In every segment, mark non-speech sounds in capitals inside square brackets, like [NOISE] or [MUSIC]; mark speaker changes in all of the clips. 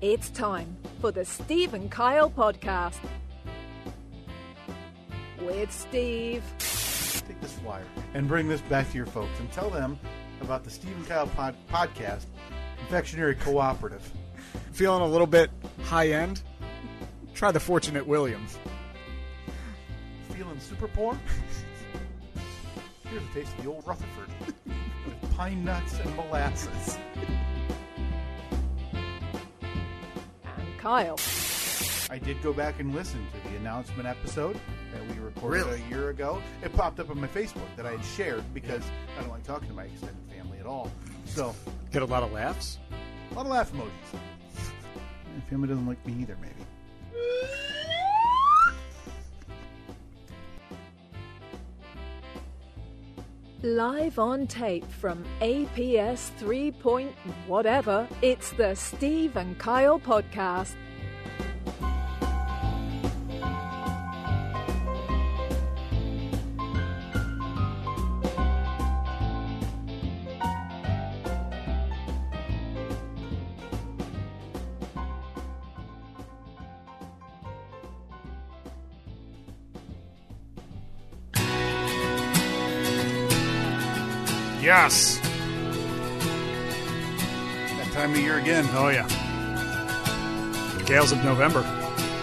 Speaker 1: It's time for the Steve and Kyle podcast with Steve.
Speaker 2: take this flyer and bring this back to your folks and tell them about the Stephen Kyle pod- podcast, Confectionery Cooperative.
Speaker 3: feeling a little bit high end, try the Fortunate Williams.
Speaker 2: Feeling super poor? Here's a taste of the old Rutherford with pine nuts and molasses.
Speaker 1: and Kyle.
Speaker 2: I did go back and listen to the announcement episode that we recorded
Speaker 3: Really?
Speaker 2: a year ago. It popped up on my Facebook that I had shared because I don't like talking to my extended family at all. So,
Speaker 3: Get a lot of laughs.
Speaker 2: a lot of laugh emojis. My family doesn't like me either, maybe.
Speaker 1: Live on tape from APS 3. Point whatever, it's the Steve and Kyle podcast.
Speaker 3: Yes.
Speaker 2: That time of year again.
Speaker 3: Oh yeah. The gales of November.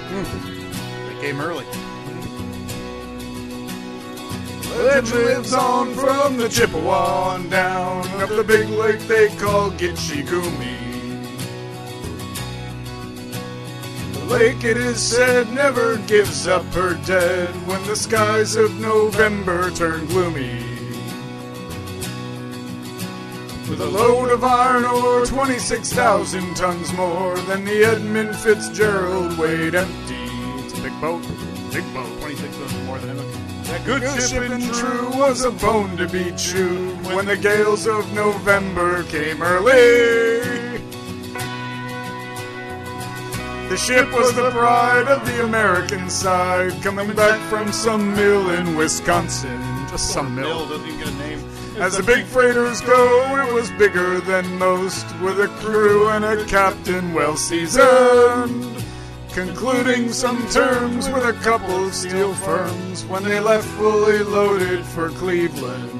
Speaker 2: They Hmm. came early.
Speaker 3: Legend lives on from the Chippewa on down up the big lake they call Gitchigumi. The lake, it is said, never gives up her dead when the skies of November turn gloomy. With a load of iron ore, 26,000 tons more than the Edmund Fitzgerald weighed empty. It's a big boat, big boat.
Speaker 2: 26 was more than him.
Speaker 3: That good ship and true was a bone to be chewed when the gales of November came early. The ship was the pride of the American side, coming back from some mill in Wisconsin. Just some mill.
Speaker 2: doesn't even get a name.
Speaker 3: As the big freighters go, it was bigger than most, with a crew and a captain well seasoned. Concluding some terms with a couple of steel firms when they left fully loaded for Cleveland.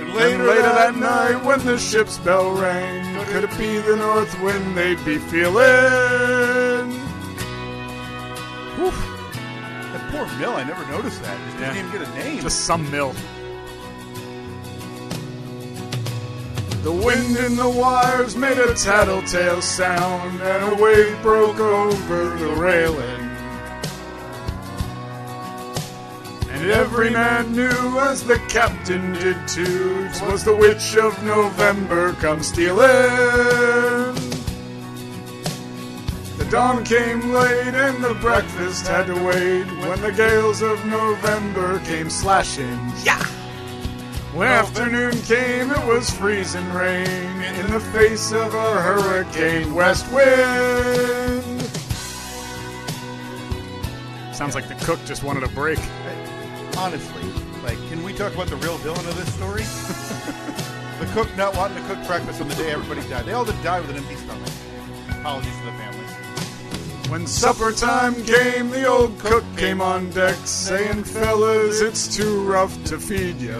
Speaker 3: And later, later that night, when the ship's bell rang, could it be the north wind they'd be feeling?
Speaker 2: That poor mill, I never noticed that. It
Speaker 3: Yeah.
Speaker 2: didn't even get a name.
Speaker 3: Just some mill. The wind in the wires made a tattletale sound, and a wave broke over the railing. And every man knew, as the captain did too, 'twas the witch of November come stealing. The dawn came late and the breakfast had to wait when the gales of November came slashing. Yeah! When afternoon came, it was freezing rain in the face of a hurricane west wind. Sounds like the cook just wanted a break.
Speaker 2: honestly, like, can we talk about the real villain of this story? [LAUGHS] the cook not wanting to cook breakfast on the day everybody died. They all did die with an empty stomach. Apologies to the families.
Speaker 3: When supper time came, the old cook came on deck, saying, Fellas, it's too rough to feed ya.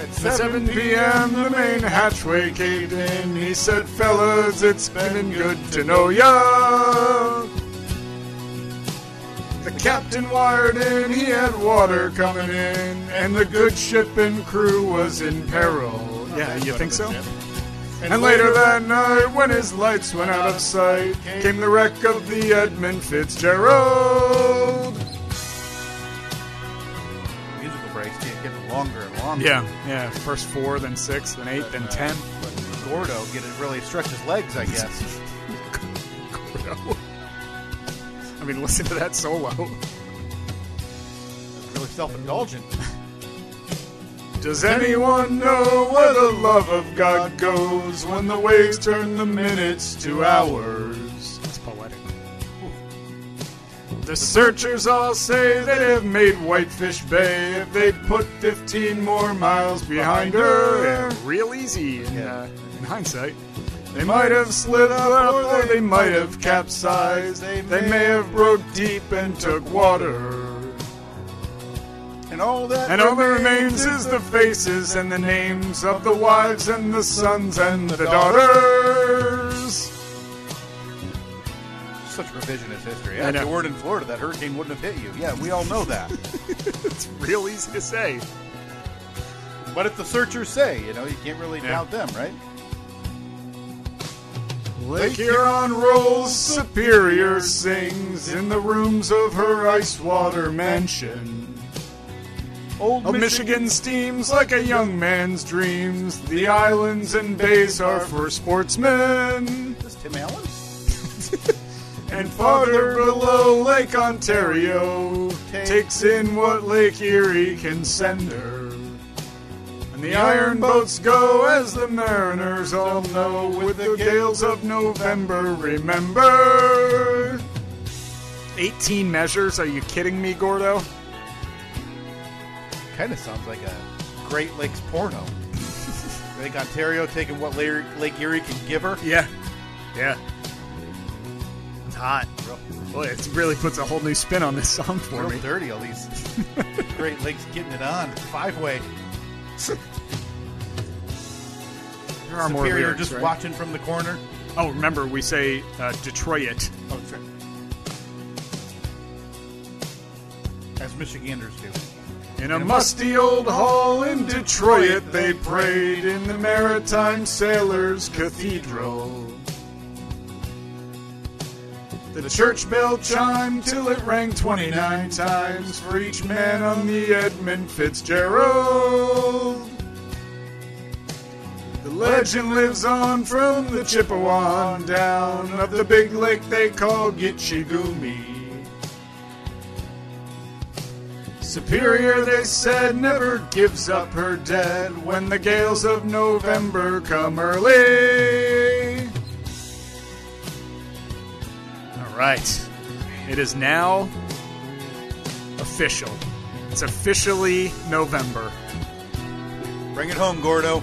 Speaker 2: At
Speaker 3: At 7 p.m., the main hatchway caved in. He said, Fellas, it's been good to know ya. The captain wired in, he had water coming in, and the good ship and crew was in peril.
Speaker 2: Not that good of a tip.
Speaker 3: And, later that night, when his lights went out of sight, came the wreck of the Edmund Fitzgerald.
Speaker 2: Musical breaks can't get longer and longer.
Speaker 3: Yeah, yeah. First four, then six, then eight, then ten.
Speaker 2: But Gordo get it really stretch his legs, I guess.
Speaker 3: I mean, [LAUGHS] listen to that solo.
Speaker 2: really self-indulgent.
Speaker 3: Does anyone know where the love of God goes when the waves turn the minutes to hours? That's poetic. The searchers all say they'd have made Whitefish Bay if they'd put 15 more miles behind her. Yeah, real easy in, uh, in hindsight. They might have slid up or they might have capsized. They may have broke deep and took water.
Speaker 2: And all that
Speaker 3: And all that remains is the faces and the names of the wives and the sons and the daughters.
Speaker 2: such revisionist history.
Speaker 3: I
Speaker 2: Yeah, if you
Speaker 3: know.
Speaker 2: weren't in Florida, that hurricane wouldn't have hit you. Yeah, we all know that.
Speaker 3: It's real easy to say.
Speaker 2: but if the searchers say, you know, you can't really
Speaker 3: Yeah.
Speaker 2: doubt them, right?
Speaker 3: Lake Huron rolls, Superior sings in the rooms of her ice water mansion.
Speaker 2: Old
Speaker 3: Old Michigan steams like a young man's dreams. The islands and bays are for sportsmen.
Speaker 2: Is this Tim Allen?
Speaker 3: And farther below, Lake Ontario takes in what Lake Erie can send her. And the iron boats go, as the mariners all know, with the gales of November, remember. 18 measures? Are you kidding me, Gordo?
Speaker 2: Kind of sounds like a Great Lakes
Speaker 3: [LAUGHS]
Speaker 2: porno. Lake Ontario taking what Lake, Lake Erie can give her.
Speaker 3: Yeah. Yeah. It's hot. Boy, it really puts a whole new spin on this song for
Speaker 2: Real
Speaker 3: me.
Speaker 2: dirty, all
Speaker 3: [LAUGHS]
Speaker 2: these Great Lakes getting it on. Five way.
Speaker 3: There are more
Speaker 2: Superior
Speaker 3: lyrics,
Speaker 2: just
Speaker 3: right?
Speaker 2: watching from the corner.
Speaker 3: Oh, remember, we say uh, Detroit.
Speaker 2: Oh, sure. As Michiganders do.
Speaker 3: In a musty old hall in Detroit, they prayed in the Maritime Sailors Cathedral. The church bell chimed till it rang 29 times for each man on the Edmund Fitzgerald. The legend lives on from the Chippewa on down of the big lake they call Gitchigumi. Superior, they said, never gives up her dead when the gales of November come early. All right. It is now official. It's officially November.
Speaker 2: Bring it home, Gordo.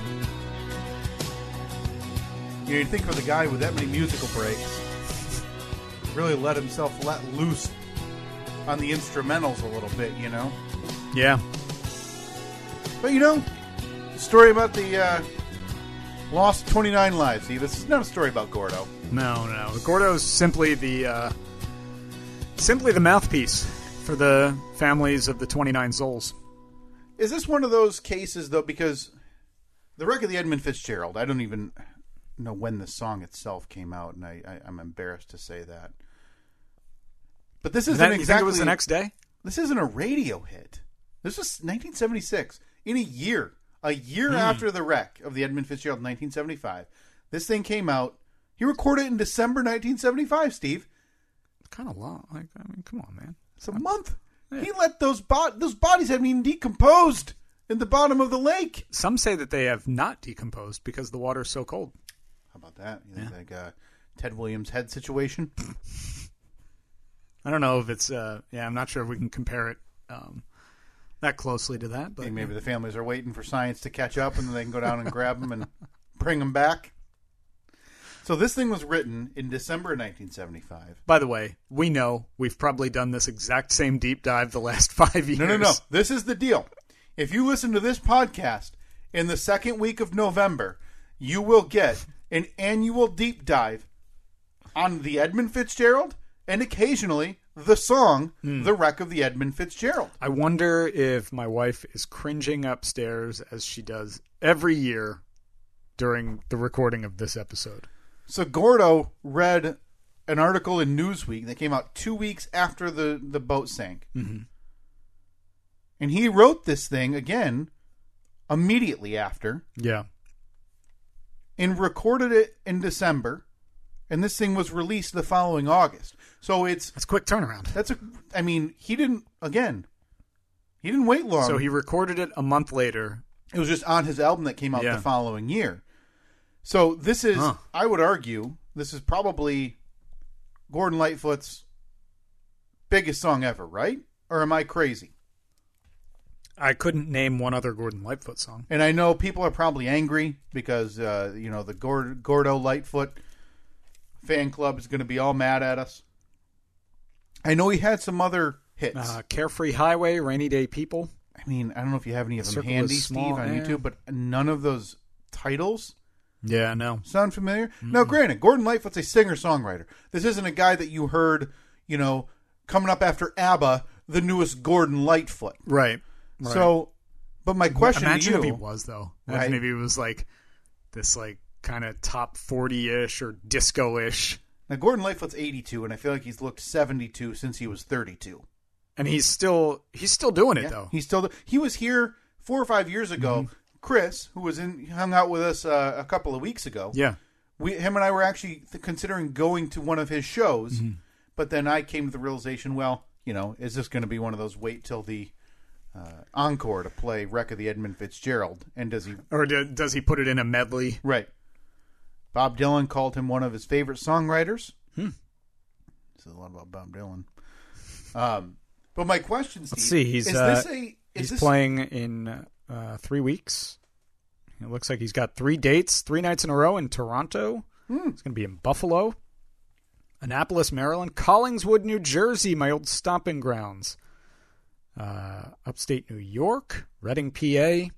Speaker 2: You know, you'd think for the guy with that many musical breaks, really let himself let loose on the instrumentals a little bit, you know?
Speaker 3: Yeah.
Speaker 2: But you know, the story about the uh, lost 29 lives, see, this is not a story about Gordo.
Speaker 3: No, no. Gordo's simply the uh, simply the mouthpiece for the families of the 29 souls.
Speaker 2: Is this one of those cases though? Because the wreck of the Edmund Fitzgerald, I don't even know when the song itself came out, and I, I, I'm embarrassed to say that. But this isn't
Speaker 3: That, you think
Speaker 2: exactly
Speaker 3: it was the next day?
Speaker 2: This isn't a radio hit. This was 1976. In a year, a year
Speaker 3: Hmm.
Speaker 2: after the wreck of the Edmund Fitzgerald in 1975, this thing came out. He recorded it in December 1975. Steve,
Speaker 3: Kind of long. Like, I mean, come on, man.
Speaker 2: it's a month. He let those bo- those bodies haven't even decomposed in the bottom of the lake.
Speaker 3: Some say that they have not decomposed because the water is so cold.
Speaker 2: How about that? You think like uh, Ted Williams' head situation?
Speaker 3: I don't know if it's. Uh, yeah, I'm not sure if we can compare it um, that closely to that.
Speaker 2: I
Speaker 3: But
Speaker 2: think maybe the families are waiting for science to catch up, and then they can go down and grab them and [LAUGHS] bring them back. So this thing was written in December 1975.
Speaker 3: by the way, we know we've probably done this exact same deep dive the last [LAUGHS] five years.
Speaker 2: No, no, no. This is the deal. If you listen to this podcast in the second week of November, you will get an annual deep dive on the Edmund Fitzgerald and occasionally the song "The Wreck of the Edmund Fitzgerald."
Speaker 3: I wonder if my wife is cringing upstairs as she does every year during the recording of this episode.
Speaker 2: So Gordo read an article in Newsweek that came out two weeks after the, the boat sank. Mm-hmm. And he wrote this thing again immediately after
Speaker 3: Yeah.
Speaker 2: and recorded it in December. And this thing was released the following August. So it's,
Speaker 3: That's quick turnaround.
Speaker 2: that's a, I mean, he didn't, again, he didn't wait long.
Speaker 3: So he recorded it a month later.
Speaker 2: It was just on his album that came out
Speaker 3: Yeah.
Speaker 2: the following year. So this is,
Speaker 3: Huh.
Speaker 2: I would argue, this is probably Gordon Lightfoot's biggest song ever, right? Or am I crazy?
Speaker 3: I couldn't name one other Gordon Lightfoot song.
Speaker 2: And I know people are probably angry because uh, you know the Gord- Gordo Lightfoot fan club is going to be all mad at us. I know he had some other hits.
Speaker 3: Uh, Carefree Highway, Rainy Day People.
Speaker 2: I mean, I don't know if you have any of them
Speaker 3: Circle is
Speaker 2: handy,
Speaker 3: small,
Speaker 2: Steve, on
Speaker 3: yeah.
Speaker 2: YouTube, but none of those titles
Speaker 3: Yeah, no.
Speaker 2: Sound familiar? Now, granted, Gordon Lightfoot's a singer songwriter. This isn't a guy that you heard, you know, coming up after ABBA, the newest Gordon Lightfoot.
Speaker 3: Right. right.
Speaker 2: So, but my question
Speaker 3: Imagine
Speaker 2: to
Speaker 3: if he
Speaker 2: you,
Speaker 3: was though. Imagine
Speaker 2: Right.
Speaker 3: if he was like this, like kind of top forty-ish or disco-ish,
Speaker 2: now Gordon Lightfoot's 82, and I feel like he's looked 72 since he was 32.
Speaker 3: and he's still he's still doing it
Speaker 2: Yeah,
Speaker 3: though. Mm-hmm.
Speaker 2: he's still he was here four or five years ago. Chris, who was in, hung out with us uh, a couple of weeks ago.
Speaker 3: yeah,
Speaker 2: we him and I were actually th- considering going to one of his shows,
Speaker 3: Mm-hmm.
Speaker 2: but then I came to the realization, well, you know, is this going to be one of those wait till the uh, encore to play "Wreck of the Edmund Fitzgerald"? And does he?
Speaker 3: or do, does he put it in a medley?
Speaker 2: Right. Bob Dylan called him one of his favorite songwriters. Hmm. This is a lot about Bob Dylan. Um, but my question, Steve,
Speaker 3: Let's see. He's
Speaker 2: is
Speaker 3: uh,
Speaker 2: this a is
Speaker 3: he's
Speaker 2: this,
Speaker 3: playing in uh, three weeks. It looks like he's got three dates, three nights in a row in Toronto.
Speaker 2: Hmm.
Speaker 3: It's going to be in Buffalo, Annapolis, Maryland, Collingswood, New Jersey, my old stomping grounds. Uh, upstate New York, Reading, PA.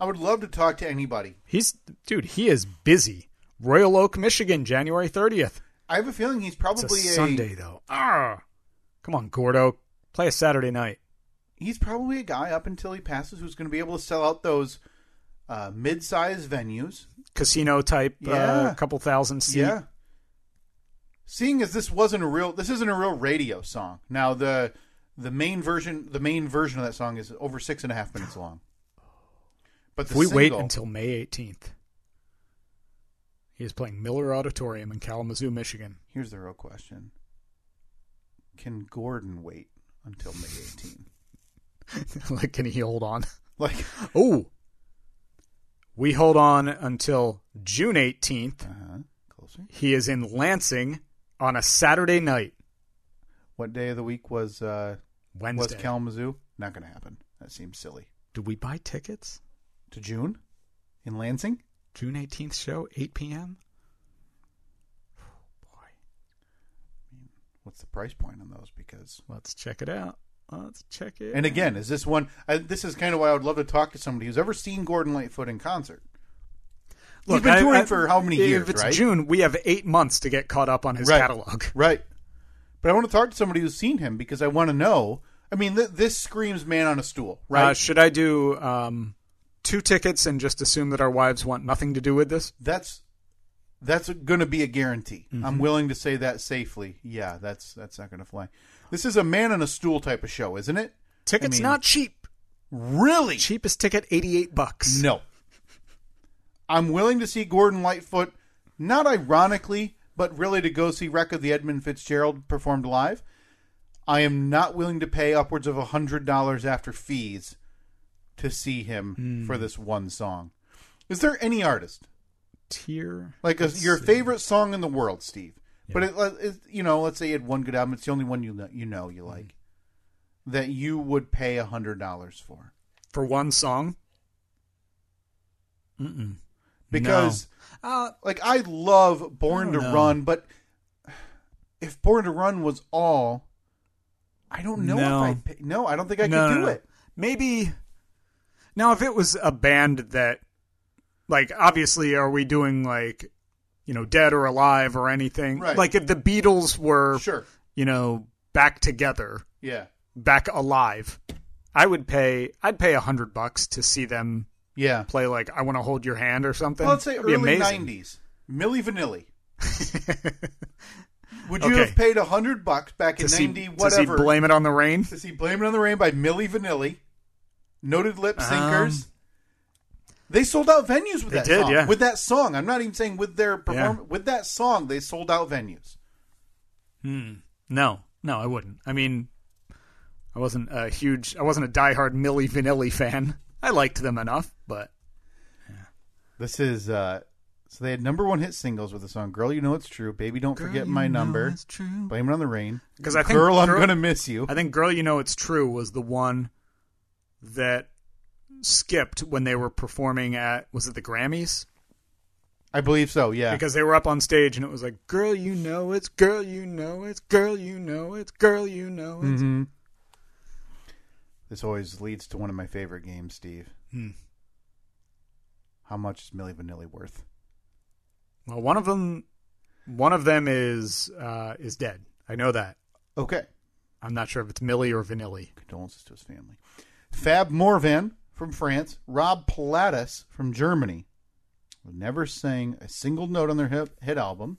Speaker 2: I would love to talk to anybody.
Speaker 3: He's dude. He is busy. Royal Oak, Michigan, January thirtieth.
Speaker 2: I have a feeling he's
Speaker 3: It's a
Speaker 2: probably
Speaker 3: Sunday though. Ah, come on, Gordo, play a Saturday night.
Speaker 2: he's probably a guy up until he passes who's going to be able to sell out those uh, mid-sized venues.
Speaker 3: Casino type, uh,
Speaker 2: Yeah.
Speaker 3: couple thousand seat.
Speaker 2: Yeah. Seeing as this wasn't a real, this isn't a real radio song. Now the the main version, the main version of that song is over six and a half minutes long. But the
Speaker 3: If we wait
Speaker 2: single-
Speaker 3: until May 18th, he is playing Miller Auditorium in Kalamazoo, Michigan. [LAUGHS]
Speaker 2: here's the real question: Can Gordon wait until May 18?
Speaker 3: like, can he hold on?
Speaker 2: [LAUGHS] Like,
Speaker 3: Oh, we hold on until June 18th.
Speaker 2: uh closer.
Speaker 3: He is in Lansing on a Saturday night,
Speaker 2: What day of the week was uh, was
Speaker 3: Wednesday.
Speaker 2: Kalamazoo? Not going to happen. That seems silly.
Speaker 3: Do we buy tickets?
Speaker 2: To June in Lansing.
Speaker 3: June 18th show, 8 p.m. [SIGHS] Boy,
Speaker 2: what's the price point on those because
Speaker 3: let's check it out. Let's check it.
Speaker 2: and again is this one I, this is kind of why i would love to talk to somebody who's ever seen gordon lightfoot in concert
Speaker 3: Look,
Speaker 2: been
Speaker 3: I-
Speaker 2: touring
Speaker 3: I-
Speaker 2: for how many
Speaker 3: if
Speaker 2: years,
Speaker 3: it's
Speaker 2: right?
Speaker 3: June, we have eight months to get caught up on his
Speaker 2: Right.
Speaker 3: catalog.
Speaker 2: right but i want to talk to somebody who's seen him because i want to know i mean th- this screams man on a stool right
Speaker 3: Uh, should I do um, two tickets and just assume that our wives want nothing to do with this?
Speaker 2: that's that's going to be a guarantee i'm willing to say that safely yeah that's that's not going to fly this is a man on a stool type of show isn't it
Speaker 3: Tickets
Speaker 2: I mean-
Speaker 3: not cheap.
Speaker 2: really
Speaker 3: Cheapest ticket, eighty-eight bucks.
Speaker 2: No. I'm willing to see Gordon Lightfoot, not ironically, but really to go see Wreck of the Edmund Fitzgerald performed live. I am not willing to pay upwards of $100 after fees to see him
Speaker 3: Hmm.
Speaker 2: for this one song. Is there any artist,
Speaker 3: Tier
Speaker 2: like a,
Speaker 3: let's
Speaker 2: your
Speaker 3: see.
Speaker 2: favorite song in the world, Steve? But it, uh, it, you know, let's say you had one good album. It's the only one you know, you know you
Speaker 3: Hmm.
Speaker 2: like that you would pay hundred dollars for.
Speaker 3: for one song? Mm-mm.
Speaker 2: Because
Speaker 3: No. Uh,
Speaker 2: like I love Born
Speaker 3: I
Speaker 2: to
Speaker 3: don't know.
Speaker 2: Run, but if Born to Run was all, I don't know if
Speaker 3: No.
Speaker 2: I'd pay. No, I don't think I
Speaker 3: no,
Speaker 2: could
Speaker 3: no,
Speaker 2: do
Speaker 3: no.
Speaker 2: it.
Speaker 3: Maybe. Now, if it was a band that, like, obviously, are we doing like, you know, Dead or Alive or anything?
Speaker 2: Right.
Speaker 3: Like, if the Beatles were,
Speaker 2: Sure.
Speaker 3: you know, back together,
Speaker 2: Yeah.
Speaker 3: back alive, I would pay. I'd pay a hundred bucks to see them
Speaker 2: Yeah.
Speaker 3: Play like I want to hold your hand or something.
Speaker 2: Well, let's say
Speaker 3: It'd be
Speaker 2: early
Speaker 3: [LAUGHS] amazing.
Speaker 2: nineties. Millie Vanilli. Would you
Speaker 3: Okay.
Speaker 2: have paid a hundred bucks back in
Speaker 3: Does he,
Speaker 2: ninety
Speaker 3: does he
Speaker 2: whatever?
Speaker 3: blame it on the rain?
Speaker 2: to see Blame It on the Rain by Millie Vanilli, noted lip sinkers.
Speaker 3: Um,
Speaker 2: they sold out venues with
Speaker 3: They
Speaker 2: that
Speaker 3: did,
Speaker 2: song.
Speaker 3: yeah.
Speaker 2: With that song, I'm not even saying with their perform
Speaker 3: Yeah.
Speaker 2: with that song they sold out venues.
Speaker 3: Hmm. No, no, I wouldn't. I mean, I wasn't a huge, I wasn't a diehard Millie Vanilli fan. I liked them enough, but
Speaker 2: This is uh so they had number one hit singles with the song "Girl, You Know It's True," "Baby, Don't Forget My Number," "Blame It on the Rain,"
Speaker 3: because I think
Speaker 2: "Girl, I'm Gonna Miss You."
Speaker 3: I think "Girl, You Know It's True" was the one that skipped when they were performing at was it the Grammys
Speaker 2: I believe so. Yeah,
Speaker 3: because they were up on stage and it was like "Girl, You Know It's Girl, You Know It's Girl, You Know It's Girl, You Know It's."
Speaker 2: Mhm. this always leads to one of my favorite games, Steve.
Speaker 3: Hmm.
Speaker 2: How much is Millie Vanilli worth?
Speaker 3: Well, one of them, one of them is uh, is dead. I know that.
Speaker 2: Okay,
Speaker 3: I'm not sure if it's Millie or Vanilli.
Speaker 2: condolences to his family. Fab Morvan from France, Rob Pilatus from Germany, who never sang a single note on their hit, hit album.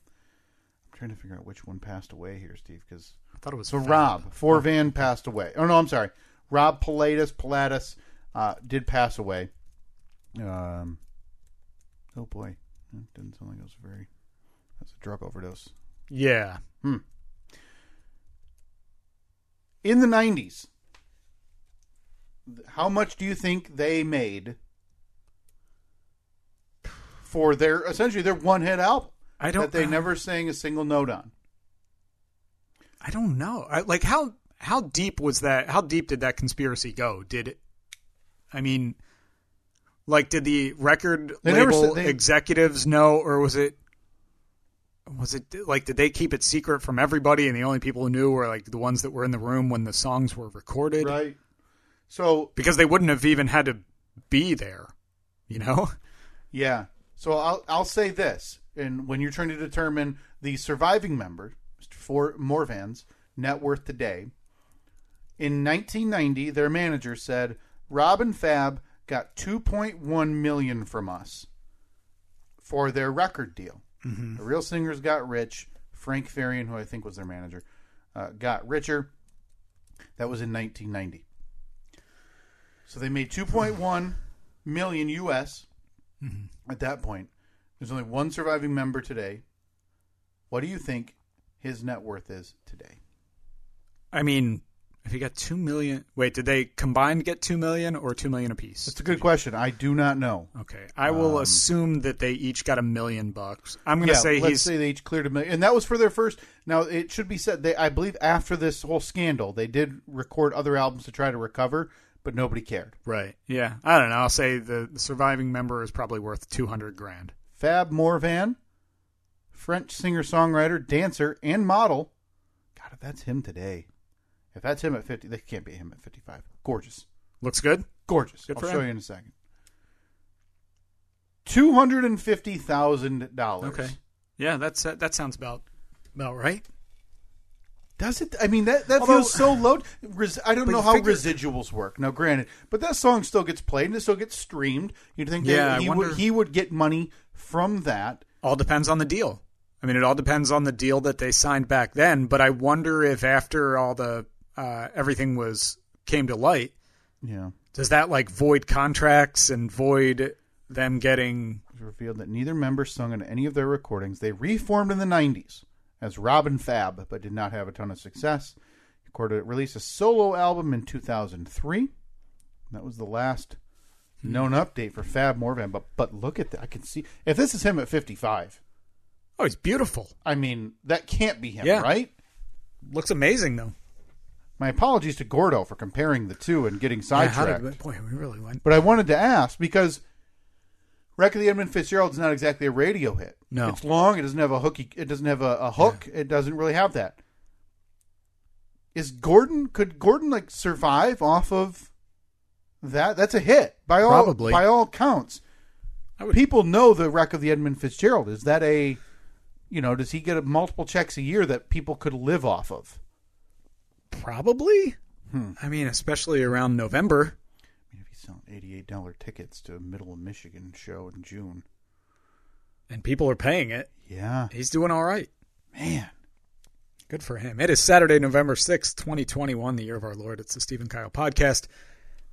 Speaker 2: I'm trying to figure out which one passed away here, Steve, because
Speaker 3: I thought it was
Speaker 2: so
Speaker 3: Fab.
Speaker 2: Rob Forvan passed away. Oh no, I'm sorry, Rob Pilatus Pilatus uh, did pass away. Um, oh boy, that didn't sound like it was very. That's a drug overdose.
Speaker 3: Yeah.
Speaker 2: Hmm. In the 90s, th- how much do you think they made for their essentially their one hit album
Speaker 3: I don't.
Speaker 2: that they never sang a single note on?
Speaker 3: I don't know. I, like how how deep was that? How deep did that conspiracy go? Did it? I mean, like, did the record
Speaker 2: They never
Speaker 3: label
Speaker 2: said they-
Speaker 3: executives know, or was it? Was it like did they keep it secret from everybody, and the only people who knew were like the ones that were in the room when the songs were recorded?
Speaker 2: Right. So,
Speaker 3: Because they wouldn't have even had to be there, you know?
Speaker 2: yeah. So I'll I'll say this, and when you're trying to determine the surviving member, Mr. For Morvan's net worth today, In 1990, their manager said, "Rob and Fab got 2.1 million from us for their record deal. The Real Singers got rich. Frank Farian, who I think was their manager, uh, got richer. That was in 1990. So they made 2.1 million US at that point. There's only one surviving member today. What do you think his net worth is today?
Speaker 3: I mean, if you got two million, wait, did they combined get two million or two million apiece?
Speaker 2: That's a good question. I do not know.
Speaker 3: Okay, I will
Speaker 2: Um,
Speaker 3: assume that they each got a million bucks. I'm gonna
Speaker 2: yeah,
Speaker 3: say
Speaker 2: let's
Speaker 3: he's
Speaker 2: say they each cleared a million, and that was for their first. Now it should be said, they I believe after this whole scandal, they did record other albums to try to recover, but nobody cared.
Speaker 3: right. Yeah, I don't know. I'll say the, the surviving member is probably worth two hundred grand.
Speaker 2: Fab Morvan, French singer songwriter, dancer, and model. God, if that's him today, if that's him at fifty, they can't be him at fifty-five. Gorgeous,
Speaker 3: Looks good.
Speaker 2: gorgeous.
Speaker 3: Good
Speaker 2: I'll
Speaker 3: for
Speaker 2: show
Speaker 3: him.
Speaker 2: you in a second. Two hundred and fifty thousand dollars.
Speaker 3: Okay. Yeah, that's that sounds about about right.
Speaker 2: Does it? I mean, that that
Speaker 3: Although-
Speaker 2: feels so low. Res, I don't
Speaker 3: But
Speaker 2: know
Speaker 3: you
Speaker 2: how
Speaker 3: figure-
Speaker 2: residuals work. Now, granted, but that song still gets played and it still gets streamed. You'd think
Speaker 3: Yeah,
Speaker 2: that
Speaker 3: I
Speaker 2: he
Speaker 3: wonder-
Speaker 2: would he would get money from that.
Speaker 3: All depends on the deal. I mean, it all depends on the deal that they signed back then. But I wonder if after all the uh, everything was came to light,
Speaker 2: Yeah,
Speaker 3: does that like void contracts and void them getting?
Speaker 2: it was revealed that neither member sung on any of their recordings. They reformed in the '90s as Robin Fab, but did not have a ton of success. He recorded released a solo album in 2003. That was the last known update for Fab Morvan. But but look at that! I can see if this is him at 55.
Speaker 3: Oh, he's beautiful.
Speaker 2: I mean, that can't be him,
Speaker 3: Yeah.
Speaker 2: right?
Speaker 3: Looks amazing though.
Speaker 2: My apologies to Gordo for comparing the two and getting
Speaker 3: Yeah, how
Speaker 2: sidetracked.
Speaker 3: did we- boy, we really went.
Speaker 2: but I wanted to ask because Wreck of the Edmund Fitzgerald is not exactly a radio hit.
Speaker 3: No.
Speaker 2: It's long, it doesn't have a hooky it doesn't have a, a hook, it doesn't really have that. Is Gordon could Gordon like survive off of that? That's a hit. By all
Speaker 3: Probably.
Speaker 2: by all counts.
Speaker 3: I would-
Speaker 2: People know the wreck of the Edmund Fitzgerald. Is that a you know, does he get a multiple checks a year that people could live off of?
Speaker 3: Probably.
Speaker 2: Hmm.
Speaker 3: I mean, especially around November.
Speaker 2: I mean, if he selling eighty-eight dollar tickets to a Middle of Michigan show in June.
Speaker 3: and people are paying it.
Speaker 2: Yeah,
Speaker 3: He's doing all right.
Speaker 2: man.
Speaker 3: Good for him. It is Saturday, November 6th, 2021, the year of our Lord. It's the Stephen Kyle podcast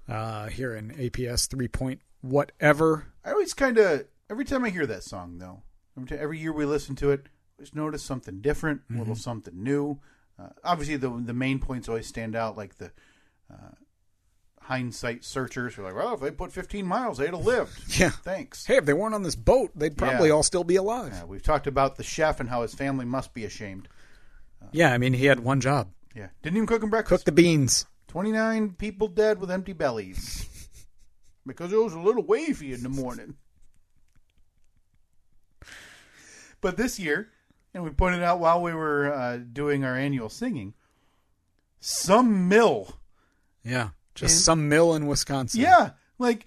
Speaker 3: uh, here in APS 3 point whatever.
Speaker 2: I always kind of every time I hear that song though, every, ti- every year we listen to it, I always notice something different, a little something new. Uh, obviously, the the main points always stand out, like the uh, hindsight searchers who are like, "Well, if they put 15 miles, they'd have lived."
Speaker 3: Yeah.
Speaker 2: Thanks.
Speaker 3: Hey, if they weren't on this boat, they'd probably
Speaker 2: Yeah.
Speaker 3: all still be alive.
Speaker 2: Uh, we've talked about the chef and how his family must be ashamed.
Speaker 3: Yeah, I mean, he had one job
Speaker 2: Yeah, didn't even cook him breakfast.
Speaker 3: cook the beans.
Speaker 2: 29 people dead with empty bellies
Speaker 3: [LAUGHS]
Speaker 2: because it was a little wavy in the morning. But this year, and we pointed out while we were uh, doing our annual singing, some mill.
Speaker 3: Yeah, just some mill in Wisconsin.
Speaker 2: Yeah, like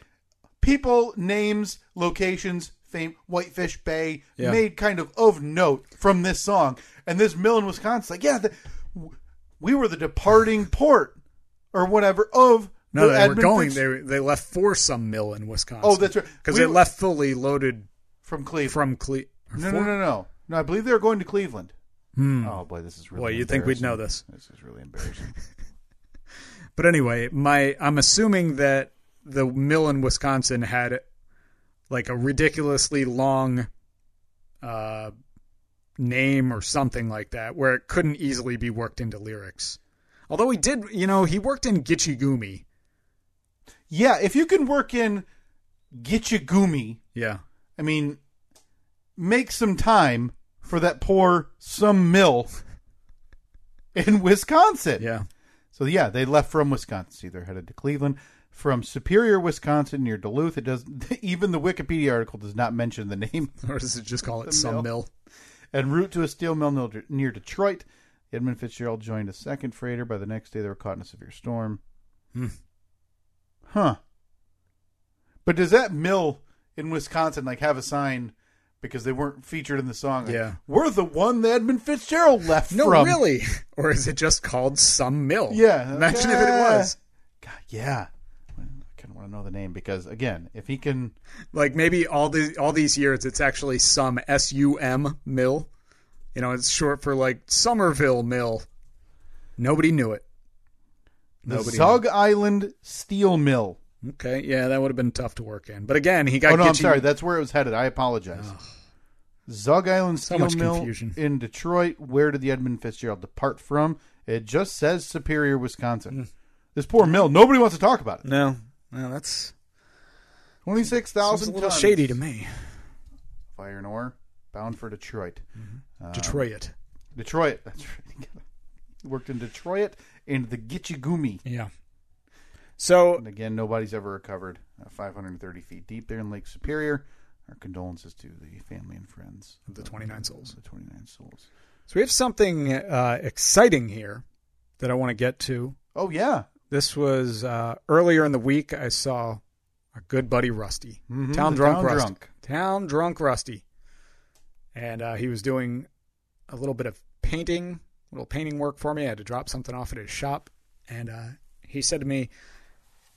Speaker 2: people, names, locations, fame, Whitefish Bay,
Speaker 3: Yeah.
Speaker 2: made kind of of note from this song. And this mill in Wisconsin, like, yeah, the, w- we were the departing port or whatever of.
Speaker 3: No,
Speaker 2: the
Speaker 3: they were
Speaker 2: Edmund
Speaker 3: going.
Speaker 2: Fitz-
Speaker 3: They they left for some mill in Wisconsin.
Speaker 2: Oh, that's right.
Speaker 3: Because
Speaker 2: We
Speaker 3: they
Speaker 2: were-
Speaker 3: left fully loaded
Speaker 2: from Cleveland.
Speaker 3: from Cle. or
Speaker 2: no,
Speaker 3: for-
Speaker 2: no, no, no, no. I believe they were going to Cleveland.
Speaker 3: Hmm.
Speaker 2: Oh boy, this is really.
Speaker 3: Well, you'd think we'd know
Speaker 2: embarrassing. This is really embarrassing. [LAUGHS]
Speaker 3: But anyway, my I'm assuming that the mill in Wisconsin had like a ridiculously long uh, name or something like that, where it couldn't easily be worked into lyrics. Although he did, you know, he worked in Gitchigumi.
Speaker 2: yeah, if you can work in Gitchagumi,
Speaker 3: Yeah,
Speaker 2: I mean, make some time for that poor some mill [LAUGHS] in Wisconsin.
Speaker 3: yeah.
Speaker 2: So yeah, they left from Wisconsin. See, they're headed to Cleveland from Superior, Wisconsin, near Duluth. It does [LAUGHS] even the Wikipedia article does not mention the name.
Speaker 3: Or does it just call it
Speaker 2: The
Speaker 3: some
Speaker 2: mill.
Speaker 3: mill?
Speaker 2: En route to a steel mill near- near Detroit, Edmund Fitzgerald joined a second freighter. By the next day, they were caught in a severe storm.
Speaker 3: Hmm.
Speaker 2: Huh. But does that mill in Wisconsin like have a sign because they weren't featured in the song? like,
Speaker 3: Yeah.
Speaker 2: we're the one that Edmund Fitzgerald left
Speaker 3: No,
Speaker 2: from.
Speaker 3: really. [LAUGHS] Or is it just called some mill?
Speaker 2: Yeah.
Speaker 3: Imagine if it was.
Speaker 2: God, yeah. I kind of want to know the name because again, if he can,
Speaker 3: like maybe all the all these years it's actually some sum mill you know it's short for like somerville mill nobody knew it
Speaker 2: the
Speaker 3: Nobody
Speaker 2: Zug Island Steel Mill.
Speaker 3: knew. okay yeah that would have been tough to work in but again he got
Speaker 2: oh no, I'm
Speaker 3: Gitche-
Speaker 2: sorry. That's where it was headed. I apologize. Zug Island
Speaker 3: So
Speaker 2: Steel
Speaker 3: much
Speaker 2: Mill
Speaker 3: confusion.
Speaker 2: in Detroit. Where did the Edmund Fitzgerald depart from? It just says Superior, Wisconsin.
Speaker 3: Mm.
Speaker 2: This poor mill. Nobody wants to talk about it.
Speaker 3: no no that's
Speaker 2: Twenty six
Speaker 3: sounds a
Speaker 2: thousand
Speaker 3: little
Speaker 2: tons
Speaker 3: shady to me
Speaker 2: of iron ore bound for Detroit. Ah.
Speaker 3: detroit
Speaker 2: Detroit. That's right. [LAUGHS] Worked in Detroit and the Gitchigumi.
Speaker 3: yeah so
Speaker 2: And again, nobody's ever recovered. Uh, 530 feet deep there in Lake Superior. Our condolences to the family and friends
Speaker 3: Of the 29 souls.
Speaker 2: of The 29 souls.
Speaker 3: so we have something uh, exciting here that i want to get to
Speaker 2: Oh yeah.
Speaker 3: This was uh, earlier in the week. I saw our good buddy Rusty,
Speaker 2: Mhm,
Speaker 3: town
Speaker 2: the
Speaker 3: drunk
Speaker 2: town
Speaker 3: Rusty,
Speaker 2: drunk.
Speaker 3: town drunk Rusty, and uh, he was doing a little bit of painting, a little painting work for me. I had to drop something off at his shop, and uh, he said to me,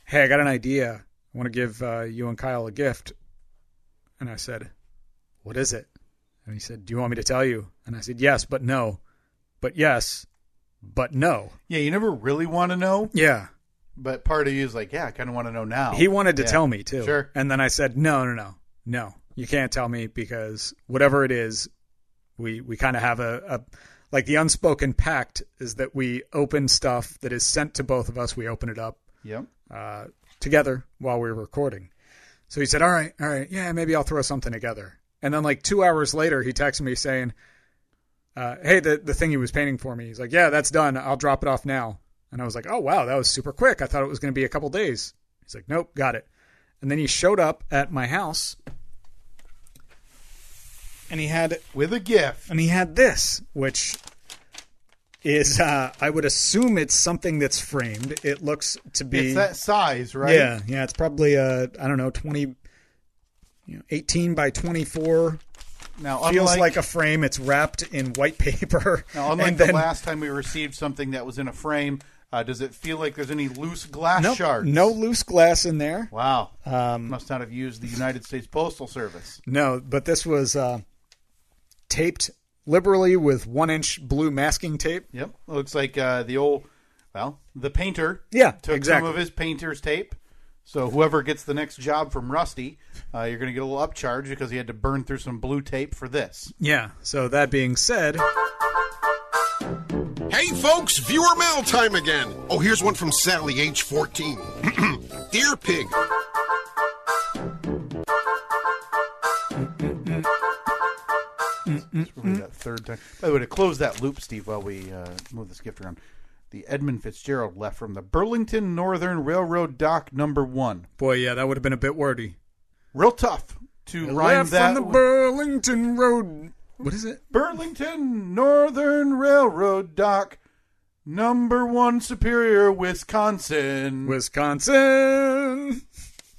Speaker 3: "Hey, I got an idea. I want to give uh, you and Kyle a gift." And I said, "What is it?" And he said, "Do you want me to tell you?" And I said, "Yes, but no, but yes, but no."
Speaker 2: Yeah, you never really want to know,
Speaker 3: Yeah.
Speaker 2: but part of you is like, yeah, I kind of want to know now.
Speaker 3: He wanted to
Speaker 2: Yeah.
Speaker 3: tell me too.
Speaker 2: Sure.
Speaker 3: And then I said, no, no, no, no. You can't tell me because whatever it is, we we kind of have a, a like the unspoken pact is that we open stuff that is sent to both of us. We open it up
Speaker 2: Yep.
Speaker 3: uh, together while we were recording. So he said, all right, all right, yeah, maybe I'll throw something together. And then like two hours later, he texted me saying, uh, hey, the the thing he was painting for me. He's like, yeah, that's done. I'll drop it off now. And I was like, oh wow, that was super quick. I thought it was going to be a couple days. He's like, nope, got it. And then he showed up at my house, and he had
Speaker 2: With a gift.
Speaker 3: and he had this, which is uh, I would assume it's something that's framed. It looks to be
Speaker 2: It's that size, right?
Speaker 3: yeah, yeah, it's probably uh I don't know, 20 you know, 18 by 24
Speaker 2: Now,
Speaker 3: feels
Speaker 2: unlike,
Speaker 3: like a frame. It's wrapped in white paper.
Speaker 2: [LAUGHS] now, unlike
Speaker 3: and
Speaker 2: the
Speaker 3: then
Speaker 2: last time we received something that was in a frame, Uh, does it feel like there's any loose glass
Speaker 3: Nope,
Speaker 2: shards?
Speaker 3: no loose glass in there.
Speaker 2: Wow.
Speaker 3: Um,
Speaker 2: Must not have used the United States Postal Service.
Speaker 3: no, but this was uh, taped liberally with one inch blue masking tape.
Speaker 2: Yep. It looks like uh, the old, well, the painter.
Speaker 3: Yeah,
Speaker 2: took
Speaker 3: exactly.
Speaker 2: some of his painter's tape. So whoever gets the next job from Rusty, uh, you're going to get a little upcharge because he had to burn through some blue tape for this.
Speaker 3: Yeah. So that being said,
Speaker 4: Hey folks, viewer mail time again. Oh, here's one from Sally, age 14. [CLEARS THROAT] Dear Pig.
Speaker 2: It's probably
Speaker 3: Mm-hmm.
Speaker 2: that third time. By the way, to close that loop, Steve, while we uh, move this gift around, the Edmund Fitzgerald left from the Burlington Northern Railroad Dock Number One.
Speaker 3: boy, yeah, that would have been a bit wordy.
Speaker 2: Real tough to rhyme
Speaker 3: Left
Speaker 2: that.
Speaker 3: from the
Speaker 2: with-
Speaker 3: Burlington Road. What is it?
Speaker 2: Burlington Northern Railroad Dock Number One, Superior, Wisconsin.
Speaker 3: Wisconsin.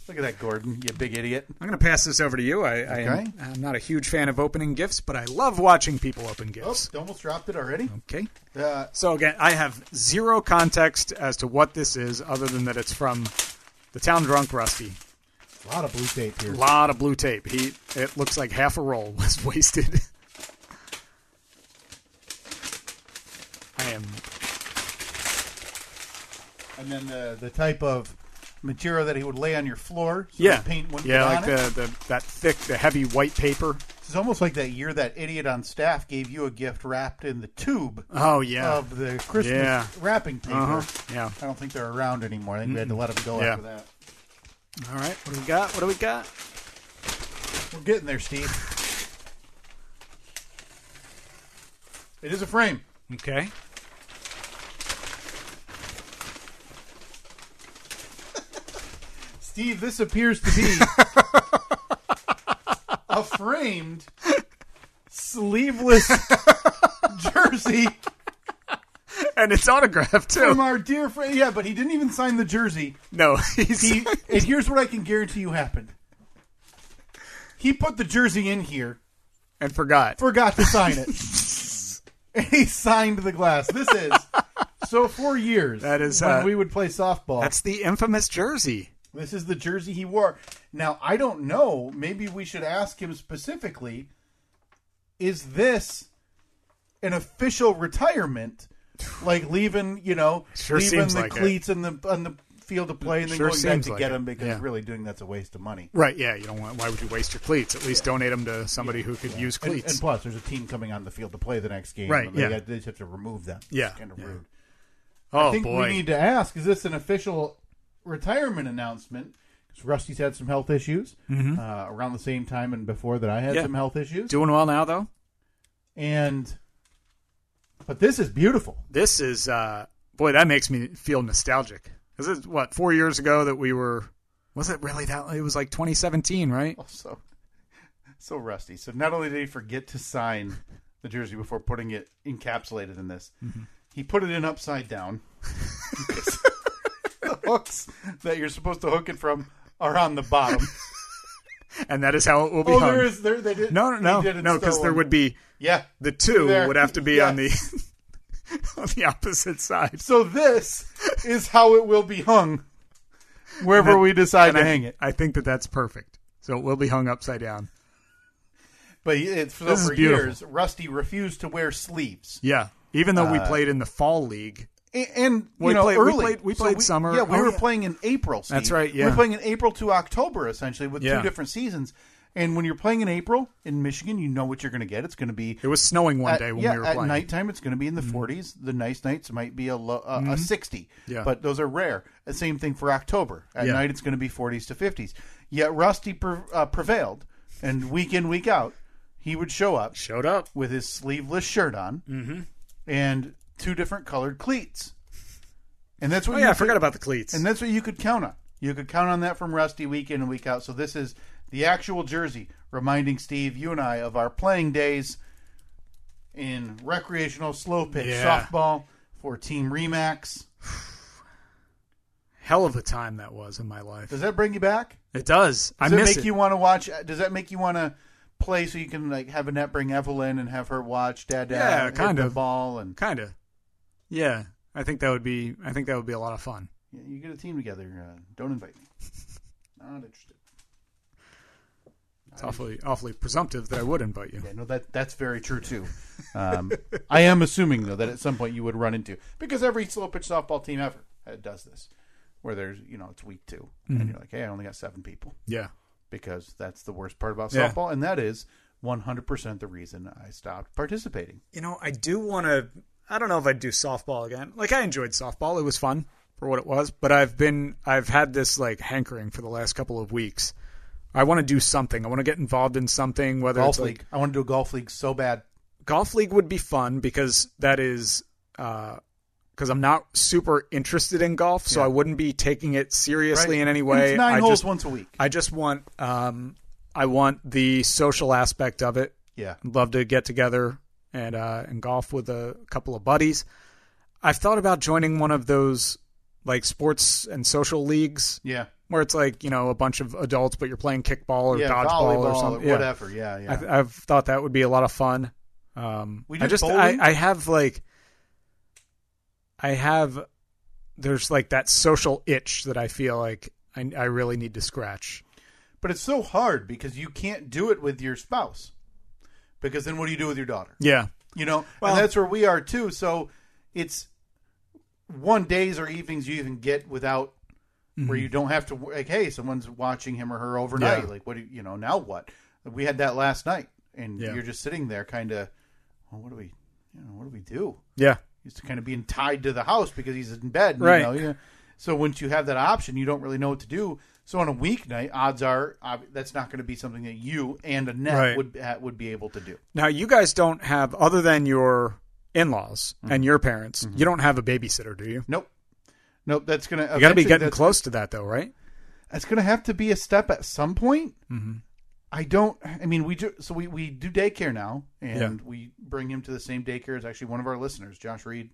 Speaker 2: Look at that, Gordon, you big idiot.
Speaker 3: I'm going to pass this over to you. I, I
Speaker 2: Okay.
Speaker 3: am, I'm not a huge fan of opening gifts, but I love watching people open
Speaker 2: Oh,
Speaker 3: gifts.
Speaker 2: almost dropped it already.
Speaker 3: Okay.
Speaker 2: Uh,
Speaker 3: So again, I have zero context as to what this is, other than that it's from the town drunk Rusty.
Speaker 5: A lot of blue tape
Speaker 3: A
Speaker 5: here.
Speaker 3: lot of blue tape. He it looks like half a roll [LAUGHS] was wasted. I am
Speaker 2: and then the the type of material that he would lay on your floor. So
Speaker 3: yeah
Speaker 2: the paint wouldn't
Speaker 3: yeah
Speaker 2: get
Speaker 3: like
Speaker 2: on it.
Speaker 3: the, the that thick the heavy white paper.
Speaker 2: It's almost like that year that idiot on staff gave you a gift wrapped in the tube
Speaker 3: Oh yeah
Speaker 2: of the Christmas
Speaker 3: Yeah.
Speaker 2: wrapping paper.
Speaker 3: uh-huh. yeah.
Speaker 2: I don't think they're around anymore. I think we had to let them go
Speaker 3: Yeah.
Speaker 2: after that.
Speaker 3: All right, what do we got? What do we got?
Speaker 2: We're getting there, Steve. It is a frame.
Speaker 3: Okay.
Speaker 2: Steve, this appears to be a framed sleeveless jersey
Speaker 3: And it's autographed
Speaker 2: from
Speaker 3: too.
Speaker 2: our dear friend. Yeah, but he didn't even sign the jersey.
Speaker 3: No, [LAUGHS] he's
Speaker 2: He, and here's what I can guarantee you happened. He put the jersey in here,
Speaker 3: and forgot.
Speaker 2: forgot to sign it. and he signed the glass. This is so for years.
Speaker 3: That is,
Speaker 2: when
Speaker 3: uh,
Speaker 2: we would play softball.
Speaker 3: That's the infamous jersey.
Speaker 2: This is the jersey he wore. Now, I don't know. Maybe we should ask him specifically is this an official
Speaker 3: [SIGHS]
Speaker 2: retirement? Like leaving, you know,
Speaker 3: Sure
Speaker 2: leaving
Speaker 3: seems
Speaker 2: the
Speaker 3: like it.
Speaker 2: cleats in the on the field to play and then
Speaker 3: Sure
Speaker 2: going back
Speaker 3: seems
Speaker 2: to
Speaker 3: like
Speaker 2: get
Speaker 3: it.
Speaker 2: them because
Speaker 3: Yeah.
Speaker 2: really doing that's a waste of money.
Speaker 3: Right, yeah, you don't want why would you waste your cleats? At least donate them to somebody who could use
Speaker 2: And,
Speaker 3: cleats.
Speaker 2: and plus, there's a team coming on the field to play the next game.
Speaker 3: Right,
Speaker 2: and They,
Speaker 3: yeah.
Speaker 2: got- they just have to remove them.
Speaker 3: Yeah,
Speaker 2: It's kind of
Speaker 3: yeah.
Speaker 2: rude.
Speaker 3: oh
Speaker 2: I think
Speaker 3: boy.
Speaker 2: we need to ask: Is this an official retirement announcement? Because Rusty's had some health issues uh, around the same time and before that I had
Speaker 3: Mm-hmm. Yeah.
Speaker 2: some health issues,
Speaker 3: Doing well now though?
Speaker 2: and but this is beautiful.
Speaker 3: This is uh boy, that makes me feel nostalgic. Cuz it's what 4 years ago that we were was it really that it was like
Speaker 2: [LAUGHS]
Speaker 3: 2017, right?
Speaker 2: Also, Oh, so Rusty. So not only did he forget to sign the jersey before putting it encapsulated in this,
Speaker 3: Mm-hmm.
Speaker 2: he put it in upside
Speaker 3: [LAUGHS]
Speaker 2: down. the hooks that you're supposed to hook it from are on the bottom.
Speaker 3: And that is how it will be
Speaker 2: Oh,
Speaker 3: hung.
Speaker 2: there is there they did.
Speaker 3: no,
Speaker 2: he
Speaker 3: no,
Speaker 2: did it
Speaker 3: no, no cuz there
Speaker 2: stolen.
Speaker 3: would be
Speaker 2: yeah
Speaker 3: the two
Speaker 2: There.
Speaker 3: would have to be on the
Speaker 2: Yes.
Speaker 3: [LAUGHS] on the opposite side.
Speaker 2: So this is how it will be hung wherever we decide
Speaker 3: And
Speaker 2: to
Speaker 3: I,
Speaker 2: hang it.
Speaker 3: I think that that's perfect. So it will be hung upside down.
Speaker 2: But it's so
Speaker 3: This is
Speaker 2: for
Speaker 3: beautiful.
Speaker 2: years, Rusty refused to wear sleeves.
Speaker 3: Yeah. Even though we
Speaker 2: Uh,
Speaker 3: played in the fall league,
Speaker 2: A- And
Speaker 3: We
Speaker 2: you know,
Speaker 3: played- we
Speaker 2: early
Speaker 3: played- we played summer.
Speaker 2: Yeah, we
Speaker 3: Oh,
Speaker 2: were
Speaker 3: yeah.
Speaker 2: playing in April. Steve.
Speaker 3: That's right,
Speaker 2: we
Speaker 3: yeah.
Speaker 2: were playing in April to October essentially with
Speaker 3: Yeah.
Speaker 2: two different seasons. And when you're playing in April in Michigan, you know what you're going to get. It's going to be
Speaker 3: it was snowing one
Speaker 2: at-
Speaker 3: day when
Speaker 2: yeah,
Speaker 3: we were
Speaker 2: at
Speaker 3: playing. Mm-hmm.
Speaker 2: nighttime it's going to be in the 40s. The nice nights might be a low, uh, a 60,
Speaker 3: Yeah.
Speaker 2: but those are rare. The same thing for October. At
Speaker 3: Yeah.
Speaker 2: night it's going to be 40s to 50s. Yet Rusty pre- uh, prevailed, and week in week out he would show up
Speaker 3: Showed up.
Speaker 2: with his sleeveless shirt on
Speaker 3: Mm-hmm.
Speaker 2: and two different colored cleats, and that's what
Speaker 3: Oh
Speaker 2: you
Speaker 3: yeah, I
Speaker 2: could-
Speaker 3: forgot about the cleats.
Speaker 2: and that's what you could count on. You could count on that from Rusty week in and week out. So this is the actual jersey reminding Steve, you and I, of our playing days in recreational slow pitch
Speaker 3: Yeah.
Speaker 2: softball for Team Remax.
Speaker 3: Hell of a time that was in my life.
Speaker 2: Does that bring you back?
Speaker 3: It does. I
Speaker 2: Does that
Speaker 3: miss
Speaker 2: make
Speaker 3: it.
Speaker 2: you want to watch? uh, Does that make you want to play so you can like have Annette bring Evelyn and have her watch Dad
Speaker 3: Yeah,
Speaker 2: hit
Speaker 3: kind
Speaker 2: the
Speaker 3: of.
Speaker 2: ball and
Speaker 3: Kinda. Yeah. I think that would be I think that would be a lot of fun.
Speaker 2: Yeah, you get a team together. Uh, don't invite me. Not interested.
Speaker 3: It's awfully awfully presumptive that I would invite you.
Speaker 2: Yeah, no, that that's very true too. Um, I am assuming though that at some point you would run into because every slow pitch softball team ever uh, does this, where there's you know it's week 2 and you're like, hey, I only got seven people
Speaker 3: Yeah.
Speaker 2: because that's the worst part about
Speaker 3: Yeah.
Speaker 2: softball, and that is 100 percent the reason I stopped participating.
Speaker 3: You know, I do want to. I don't know if I'd do softball again. Like I enjoyed softball; it was fun for what it was. But I've been, I've had this like hankering for the last couple of weeks. I want to do something. I want to get involved in something. Whether
Speaker 2: Golf
Speaker 3: it's
Speaker 2: league. I want to do a golf league so bad.
Speaker 3: like golf league would be fun because that is because I'm not super interested in golf, so I wouldn't be taking it seriously
Speaker 2: Right?
Speaker 3: in any
Speaker 2: And
Speaker 3: way.
Speaker 2: It's nine
Speaker 3: I
Speaker 2: holes
Speaker 3: just,
Speaker 2: once a week.
Speaker 3: I just want, um, I want the social aspect of it.
Speaker 2: yeah.
Speaker 3: I'd love to get together and uh, and golf with a couple of buddies. I've thought about joining one of those like sports and social leagues
Speaker 2: Yeah.
Speaker 3: where it's like you know a bunch of adults, but you're playing kickball or
Speaker 2: yeah,
Speaker 3: dodgeball
Speaker 2: volleyball
Speaker 3: or something. Yeah.
Speaker 2: whatever. Yeah, yeah.
Speaker 3: I, I've thought that would be a lot of fun. Um,
Speaker 2: We
Speaker 3: I
Speaker 2: did
Speaker 3: just I,
Speaker 2: bowling.
Speaker 3: I have like I have there's like that social itch that I feel like I, I really need to scratch.
Speaker 2: But it's so hard because you can't do it with your spouse. Because then what do you do with your daughter?
Speaker 3: Yeah,
Speaker 2: You know?
Speaker 3: Well-
Speaker 2: and that's where we are too. So it's one days or evenings you even get without where you don't have to like hey, someone's watching him or her overnight.
Speaker 3: Mm-hmm. Yeah.
Speaker 2: Like what do you, you know, now what? We had that last night and
Speaker 3: Yeah.
Speaker 2: you're just sitting there kind of well, what do we you know, what do we do?
Speaker 3: yeah,
Speaker 2: He's kind of being tied to the house because he's in bed. You
Speaker 3: Right.
Speaker 2: know, yeah. So once you have that option, you don't really know what to do. So on a weeknight, odds are uh, that's not going to be something that you and Annette
Speaker 3: Right.
Speaker 2: would uh, would be able to do.
Speaker 3: Now, you guys don't have, other than your in laws and your parents, you don't have a babysitter, do you?
Speaker 2: Nope, nope. That's gonna.
Speaker 3: You got to be getting
Speaker 2: that's,
Speaker 3: close to that, though, right?
Speaker 2: That's gonna have to be a step at some point.
Speaker 3: Mm-hmm.
Speaker 2: I don't. I mean, we do. So we we do daycare now, and
Speaker 3: Yeah.
Speaker 2: we bring him to the same daycare as actually one of our listeners, Josh Reed.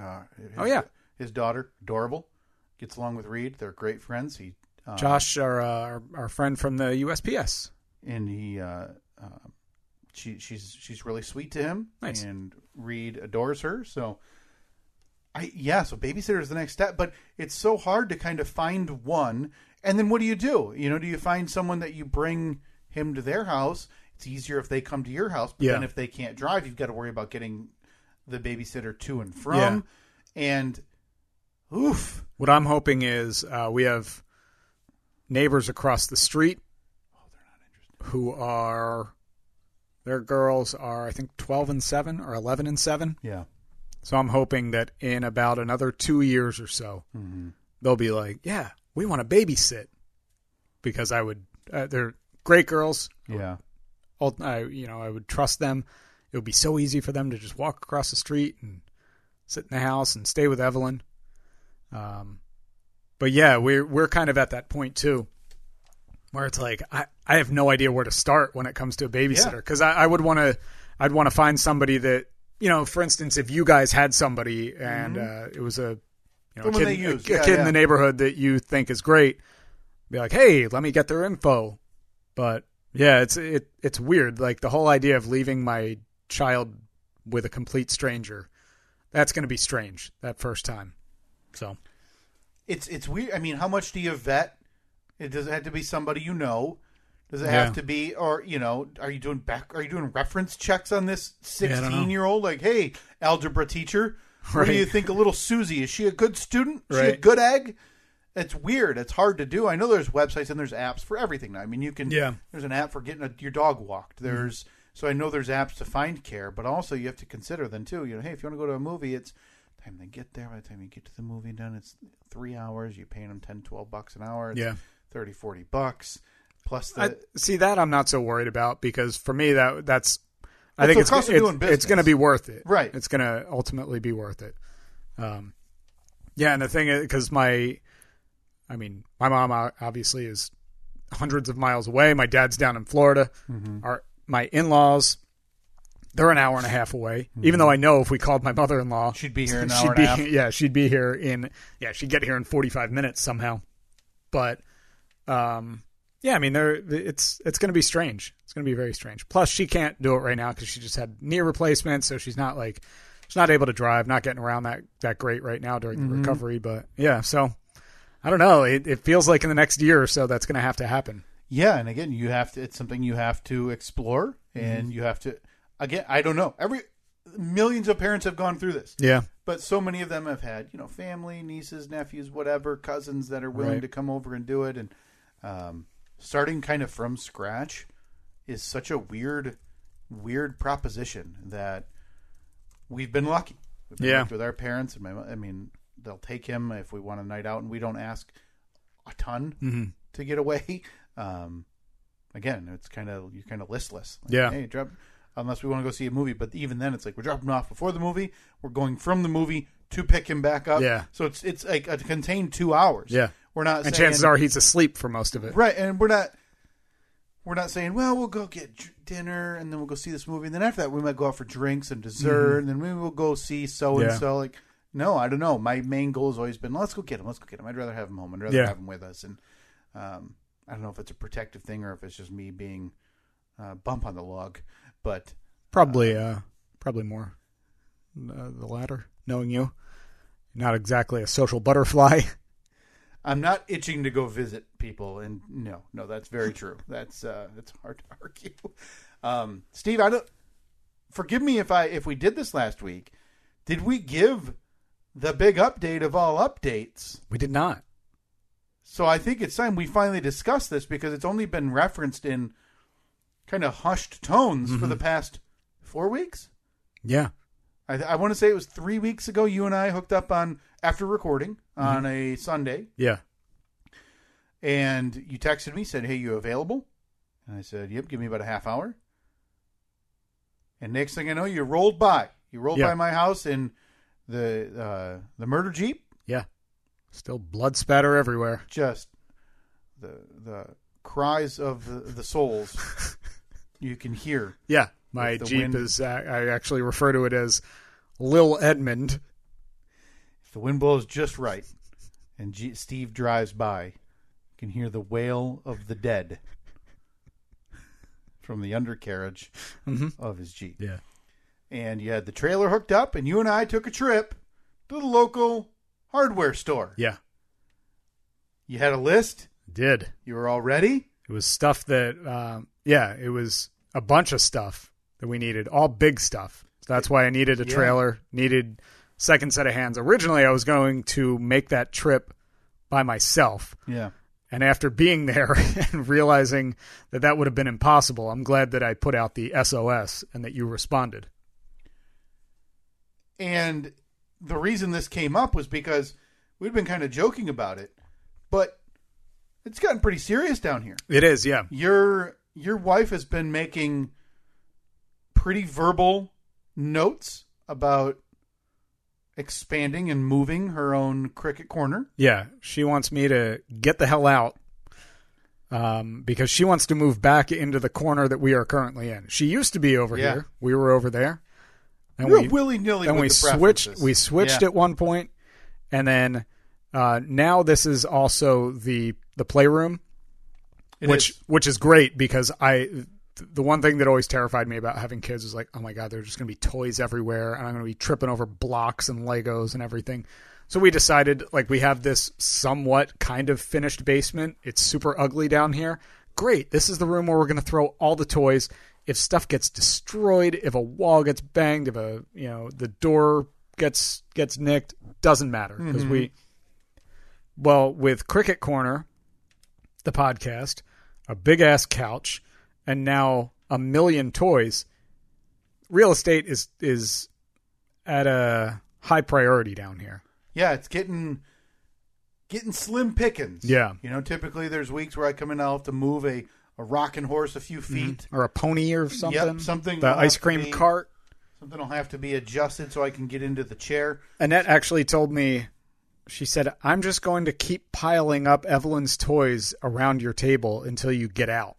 Speaker 2: Uh, his,
Speaker 3: Oh, yeah.
Speaker 2: his daughter, adorable, gets along with Reed. They're great friends. He uh,
Speaker 3: Josh, our, uh, our our friend from the USPS.
Speaker 2: and he uh, uh, she she's she's really sweet to him
Speaker 3: Nice.
Speaker 2: and Reed adores her so I yeah so babysitter is the next step but it's so hard to kind of find one and then what do you do you know do you find someone that you bring him to their house it's easier if they come to your house but
Speaker 3: Yeah.
Speaker 2: then if they can't drive you've got to worry about getting the babysitter to and from and oof
Speaker 3: What I'm hoping is uh, we have neighbors across the street who are, their girls are, I think, 12 and 7 or 11 and 7.
Speaker 2: yeah
Speaker 3: So I'm hoping that in about another two years or so, they'll be like, "Yeah, we want to babysit," because I would. Uh, they're great girls.
Speaker 2: yeah
Speaker 3: Ult- I, you know, I would trust them. It would be so easy for them to just walk across the street and sit in the house and stay with Evelyn. Um, but yeah, we're we're kind of at that point too, where it's like I, I have no idea where to start when it comes to a babysitter
Speaker 2: Yeah.
Speaker 3: because I, I would want to I'd want to find somebody that you know, for instance, if you guys had somebody and uh, it was a you know a
Speaker 2: Someone
Speaker 3: kid,
Speaker 2: they
Speaker 3: a-
Speaker 2: use.
Speaker 3: a
Speaker 2: Yeah,
Speaker 3: kid in
Speaker 2: yeah.
Speaker 3: the neighborhood that you think is great, be like, hey, let me get their info. But yeah, it's it it's weird. Like the whole idea of leaving my child with a complete stranger, that's going to be strange that first time. So
Speaker 2: it's it's weird. I mean, how much do you vet? It does it have to be somebody you know? Does it
Speaker 3: Yeah.
Speaker 2: have to be, or you know, are you doing back? Are you doing reference checks on this
Speaker 3: I don't know.
Speaker 2: sixteen-year-old? Like, hey, algebra teacher, what do
Speaker 3: Right.
Speaker 2: you think of little Susie? Is she a good student? Is she a
Speaker 3: Right.
Speaker 2: good egg? It's weird. It's hard to do. I know there's websites and there's apps for everything. now. I mean, you can.
Speaker 3: Yeah.
Speaker 2: There's an app for getting a, your dog walked.
Speaker 3: Mm-hmm.
Speaker 2: There's so I know there's apps to find care, but also you have to consider then too. You know, hey, if you want to go to a movie, it's time they get there. By the time you get to the movie done, it's three hours. You're paying them 10, 12 bucks an hour. It's
Speaker 3: Yeah.
Speaker 2: 30, 40 bucks plus the.
Speaker 3: I, see that I'm not so worried about because for me that that's I
Speaker 2: It's
Speaker 3: think
Speaker 2: the
Speaker 3: it's
Speaker 2: cost of
Speaker 3: it's,
Speaker 2: doing business.
Speaker 3: it's going to be worth it.
Speaker 2: Right.
Speaker 3: It's going to ultimately be worth it. Um, yeah, and the thing is because my, I mean, my mom o- obviously is hundreds of miles away. My dad's down in Florida.
Speaker 2: Mm-hmm.
Speaker 3: Our my in-laws, they're an hour and a half away. Even though I know if we called my mother-in-law,
Speaker 2: Mm-hmm. She'd be here in an
Speaker 3: [LAUGHS] she'd
Speaker 2: hour and
Speaker 3: be
Speaker 2: a half.
Speaker 3: yeah, she'd be here in yeah, she'd get here in 45 minutes somehow. But um yeah, I mean there it's it's going to be strange. It's going to be very strange. Plus she can't do it right now cuz she just had knee replacement, so she's not like He's not able to drive, not getting around that, that great right now during
Speaker 2: Mm-hmm.
Speaker 3: the recovery. But yeah, so I don't know. It, it feels like in the next year or so that's going to have to happen.
Speaker 2: Yeah, and again, you have to. It's something you have to explore,
Speaker 3: Mm-hmm.
Speaker 2: and you have to. Again, I don't know. Every millions of parents have gone through this,
Speaker 3: Yeah.
Speaker 2: but so many of them have had you know family, nieces, nephews, whatever, cousins that are willing
Speaker 3: Right.
Speaker 2: to come over and do it, and um, starting kind of from scratch is such a weird, weird proposition that we've been lucky. We've been
Speaker 3: Yeah.
Speaker 2: lucky with our parents and my. mo- I mean, they'll take him if we want a night out, and we don't ask a ton
Speaker 3: Mm-hmm.
Speaker 2: to get away. [LAUGHS] Um, again, it's kind of you're kind of listless. Like,
Speaker 3: Yeah.
Speaker 2: Hey, drop unless we want to go see a movie, but even then, it's like we're dropping him off before the movie. We're going from the movie to pick him back up.
Speaker 3: Yeah.
Speaker 2: So it's it's like a contained two hours.
Speaker 3: Yeah.
Speaker 2: We're not
Speaker 3: And
Speaker 2: saying,
Speaker 3: chances are he's asleep for most of it.
Speaker 2: right, and we're not. We're not saying, well, we'll go get dr- dinner and then we'll go see this movie. And then after that, we might go out for drinks and
Speaker 3: Mm-hmm.
Speaker 2: dessert. And then maybe we'll go see so and so. Like, no, I don't know. My main goal has always been, let's go get him. Let's go get him. I'd rather have him home. I'd rather
Speaker 3: Yeah.
Speaker 2: have him with us. And um, I don't know if it's a protective thing or if it's just me being uh, bump on the log. But
Speaker 3: Probably, uh, probably more uh, the latter. Knowing you, not exactly a social butterfly.
Speaker 2: I'm not itching to go visit people, and no, no, that's very true. That's uh, it's hard to argue. Um, Steve, I don't forgive me if I if we did this last week. Did we give the big update of all updates?
Speaker 3: [LAUGHS] we did not.
Speaker 2: So I think it's time we finally discuss this because it's only been referenced in kind of hushed tones for the past four weeks.
Speaker 3: Yeah,
Speaker 2: I, I want to say it was three weeks ago. You and I hooked up on after recording on a Sunday.
Speaker 3: yeah,
Speaker 2: and you texted me said hey you available and i said yep give me about a half hour and next thing i know you rolled by you rolled
Speaker 3: Yeah.
Speaker 2: by my house in the uh, the murder jeep
Speaker 3: yeah. Still blood spatter everywhere.
Speaker 2: just the the cries of the, the souls you can hear
Speaker 3: Yeah, my
Speaker 2: With the
Speaker 3: jeep
Speaker 2: wind.
Speaker 3: is. Uh, I actually refer to it as Lil Edmund.
Speaker 2: if the wind blows just right and G- steve drives by you can hear the wail of the dead from the undercarriage of his jeep
Speaker 3: Yeah,
Speaker 2: and you had the trailer hooked up, and you and I took a trip to the local hardware store.
Speaker 3: yeah,
Speaker 2: You had a list.
Speaker 3: did.
Speaker 2: You were all ready.
Speaker 3: It was stuff that. Um, yeah, it was a bunch of stuff that we needed. All big stuff. So that's why I needed a
Speaker 2: Yeah.
Speaker 3: trailer. Needed second set of hands. Originally, I was going to make that trip by myself.
Speaker 2: Yeah.
Speaker 3: And after being [LAUGHS] there and realizing that that would have been impossible, I'm glad that I put out the SOS and that you responded.
Speaker 2: And the reason this came up was because we'd been kind of joking about it, but it's gotten pretty serious down here.
Speaker 3: It is, yeah.
Speaker 2: Your your wife has been making pretty verbal notes about expanding and moving her own cricket corner.
Speaker 3: Yeah. She wants me to get the hell out um, because she wants to move back into the corner that we are currently in. She used to be over
Speaker 2: Yeah.
Speaker 3: here. We were over there. And
Speaker 2: Real willy nilly.
Speaker 3: then we switched we switched
Speaker 2: yeah.
Speaker 3: at one point and then uh, now this is also the the playroom
Speaker 2: It
Speaker 3: which
Speaker 2: is.
Speaker 3: which is great because I th- the one thing that always terrified me about having kids is like oh my god there's just going to be toys everywhere and I'm going to be tripping over blocks and Legos and everything. So we decided like we have this somewhat kind of finished basement. It's super ugly down here. Great. This is the room where we're going to throw all the toys. If stuff gets destroyed, if a wall gets banged, if a, you know, the door gets gets nicked, doesn't matter because
Speaker 2: Mm-hmm.
Speaker 3: we well, with Cricket Corner, the podcast, a big ass couch, and now a million toys. Real estate is is at a high priority down here.
Speaker 2: yeah, it's getting getting slim pickings.
Speaker 3: Yeah.
Speaker 2: you know, typically there's weeks where I come in, I'll have to move a a rocking horse a few
Speaker 3: Mm-hmm.
Speaker 2: feet.
Speaker 3: Or a pony or something.
Speaker 2: something
Speaker 3: the
Speaker 2: will have
Speaker 3: ice
Speaker 2: to
Speaker 3: cream
Speaker 2: be-
Speaker 3: cart.
Speaker 2: Something will have to be adjusted so I can get into the chair.
Speaker 3: Annette actually told me she said, I'm just going to keep piling up Evelyn's toys around your table until you get out.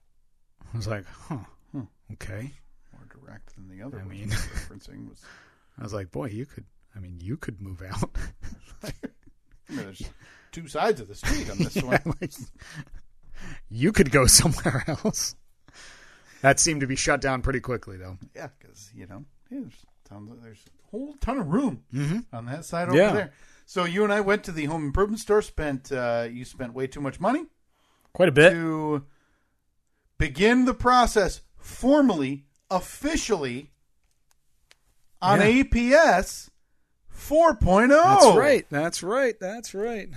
Speaker 3: I was like, huh. hmm, Okay.
Speaker 2: More direct than the other.
Speaker 3: I
Speaker 2: one
Speaker 3: mean-
Speaker 2: you were referencing was
Speaker 3: I was like, boy, you could I mean you could move out. [LAUGHS]
Speaker 2: I mean, there's two sides of the street
Speaker 3: [LAUGHS]
Speaker 2: on this one.
Speaker 3: like, you could go [LAUGHS] somewhere else. That seemed to be shut down pretty quickly, though.
Speaker 2: Yeah, because you know, yeah, there's Sounds like there's a whole ton of room on that side over
Speaker 3: Mm-hmm. Yeah.
Speaker 2: there. So you and I went to the home improvement store. Spent uh, you spent way too much money
Speaker 5: Quite a bit.
Speaker 2: to begin the process formally, officially on
Speaker 3: Yeah.
Speaker 2: APS 4.0.
Speaker 3: That's right. That's right. That's right.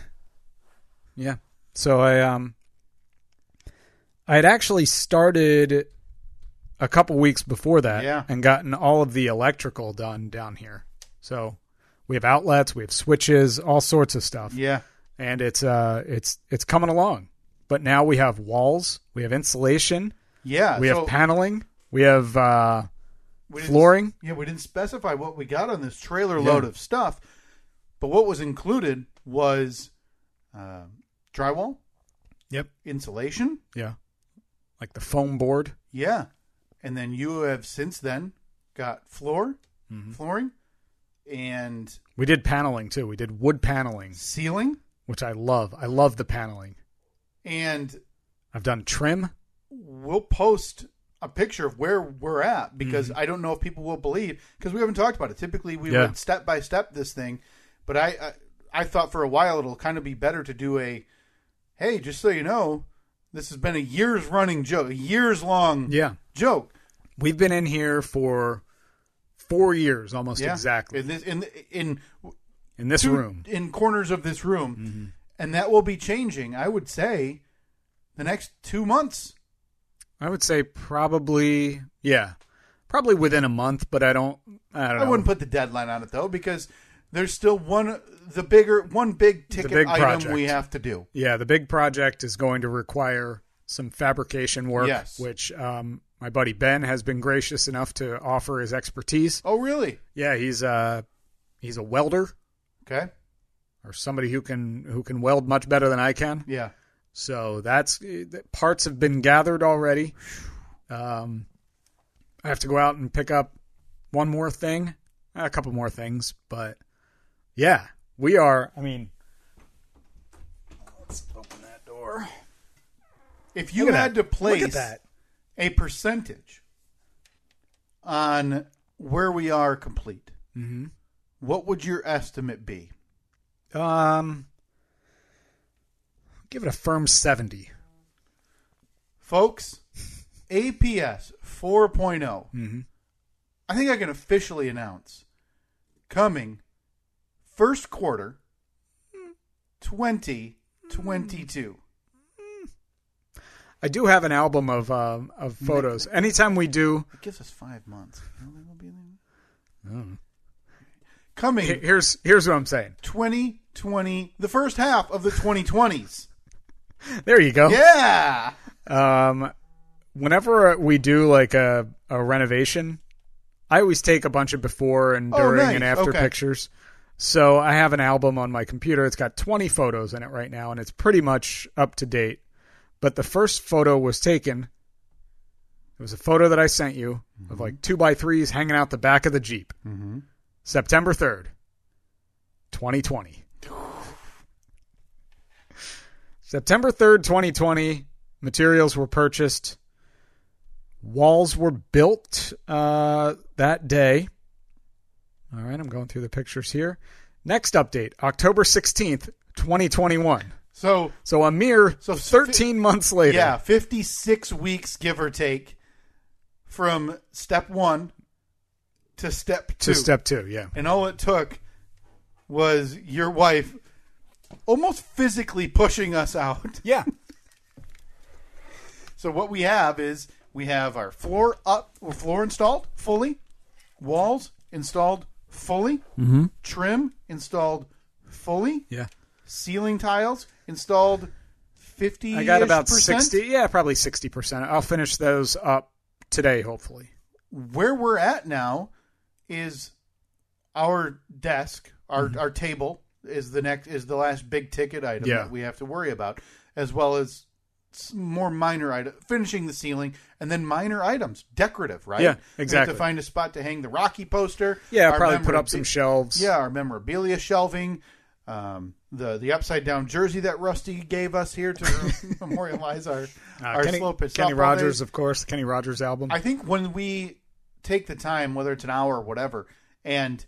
Speaker 3: Yeah. So I um I had actually started a couple weeks before that
Speaker 2: Yeah.
Speaker 3: and gotten all of the electrical done down here. So we have outlets, we have switches, all sorts of stuff.
Speaker 2: Yeah.
Speaker 3: And it's uh it's it's coming along. But now we have walls, we have insulation,
Speaker 2: Yeah.
Speaker 3: we
Speaker 2: so
Speaker 3: have paneling, we have uh
Speaker 2: we didn't-
Speaker 3: flooring.
Speaker 2: Yeah, we didn't specify what we got on this trailer load of stuff, but what was included was uh, drywall,
Speaker 3: Yep.
Speaker 2: insulation.
Speaker 3: Yeah. Like the foam board.
Speaker 2: Yeah. And then you have since then got floor,
Speaker 3: Mm-hmm.
Speaker 2: flooring, and
Speaker 3: We did paneling too. We did wood paneling.
Speaker 2: ceiling.
Speaker 3: which I love. I love the paneling.
Speaker 2: And
Speaker 3: I've done trim.
Speaker 2: we'll post a picture of where we're at because I don't know if people will believe because we haven't talked about it. Typically, we
Speaker 3: Mm-hmm. Yeah.
Speaker 2: would step by step this thing, but I, I I thought for a while it'll kind of be better to do a hey, just so you know, this has been a years running joke, a years long
Speaker 3: Yeah.
Speaker 2: joke.
Speaker 3: We've been in here for four years almost
Speaker 2: Yeah,
Speaker 3: exactly
Speaker 2: in this in in
Speaker 3: in this
Speaker 2: two-
Speaker 3: room. Mm-hmm.
Speaker 2: in corners of this room, and that will be changing. I would say the next two months.
Speaker 3: I would say probably, yeah, probably within a month, but I don't, I don't
Speaker 2: I,
Speaker 3: know.
Speaker 2: wouldn't put the deadline on it though because there's still one the bigger one big ticket
Speaker 3: big
Speaker 2: item
Speaker 3: project.
Speaker 2: we have to do.
Speaker 3: yeah, the big project is going to require some fabrication work,
Speaker 2: Yes.
Speaker 3: which um, my buddy Ben has been gracious enough to offer his expertise.
Speaker 2: Oh really?
Speaker 3: Yeah, he's a, he's a welder
Speaker 2: Okay.
Speaker 3: or somebody who can who can weld much better than I can.
Speaker 2: Yeah.
Speaker 3: So that's eh, that- parts have been gathered already. Um, I have to go out and pick up one more thing, a couple more things, but yeah, we are. I mean, let's open that door.
Speaker 2: If you
Speaker 3: Look at
Speaker 2: had
Speaker 3: that.
Speaker 2: to place
Speaker 3: Look at that.
Speaker 2: a percentage on where we are complete,
Speaker 3: Mm-hmm.
Speaker 2: what would your estimate be?
Speaker 3: Um, give it a firm seventy.
Speaker 2: Folks, APS 4 oh. I think I can officially announce coming first quarter 2022.
Speaker 3: I do have an album of um of photos. Anytime we do,
Speaker 2: It gives us five months. You know, that'll be there. Coming
Speaker 3: he- here's here's what I'm saying.
Speaker 2: 2020, the first half of the 2020s.
Speaker 3: There you go.
Speaker 2: Yeah.
Speaker 3: Um, whenever we do like a, a renovation, I always take a bunch of before and
Speaker 2: Oh,
Speaker 3: during
Speaker 2: nice.
Speaker 3: and after
Speaker 2: Okay.
Speaker 3: pictures. So I have an album on my computer. It's got 20 photos in it right now, and it's pretty much up to date. But the first photo was taken. It was a photo that I sent you of
Speaker 2: Mm-hmm.
Speaker 3: like two by threes hanging out the back of the Jeep. September 3rd, 2020. September 3rd, 2020, materials were purchased. Walls were built uh, that day. All right, I'm going through the pictures here. Next update, October 16th, 2021.
Speaker 2: So,
Speaker 3: So a mere
Speaker 2: So fi-
Speaker 3: 13 months later.
Speaker 2: yeah, 56 weeks, give or take, from step one to step two.
Speaker 3: To step two, yeah.
Speaker 2: and all it took was your wife almost physically pushing us out. [LAUGHS]
Speaker 3: Yeah.
Speaker 2: So what we have is we have our floor up, or floor installed fully, walls installed fully,
Speaker 3: Mm-hmm.
Speaker 2: trim installed fully,
Speaker 3: Yeah.
Speaker 2: ceiling tiles installed fifty.
Speaker 3: I got about 60. Yeah, probably 60%. I'll finish those up today, hopefully.
Speaker 2: Where we're at now is our desk, our our table is the next is the last big ticket item
Speaker 3: Mm-hmm. Yeah.
Speaker 2: that we have to worry about, as well as s- more minor item finishing the ceiling and then minor items decorative right
Speaker 3: Yeah,
Speaker 2: We have
Speaker 3: exactly.
Speaker 2: to find a spot to hang the rocky poster
Speaker 3: Yeah, I'll
Speaker 2: our
Speaker 3: probably put
Speaker 2: memorabi-
Speaker 3: up some shelves.
Speaker 2: yeah our memorabilia shelving um the the upside down jersey that rusty gave us here
Speaker 3: [LAUGHS]
Speaker 2: to memorialize our
Speaker 3: Uh,
Speaker 2: our
Speaker 3: Kenny,
Speaker 2: slow pitch
Speaker 3: Kenny
Speaker 2: softball
Speaker 3: Rogers,
Speaker 2: days.
Speaker 3: of course, the Kenny Rogers album.
Speaker 2: I think when we take the time, whether it's an hour or whatever, and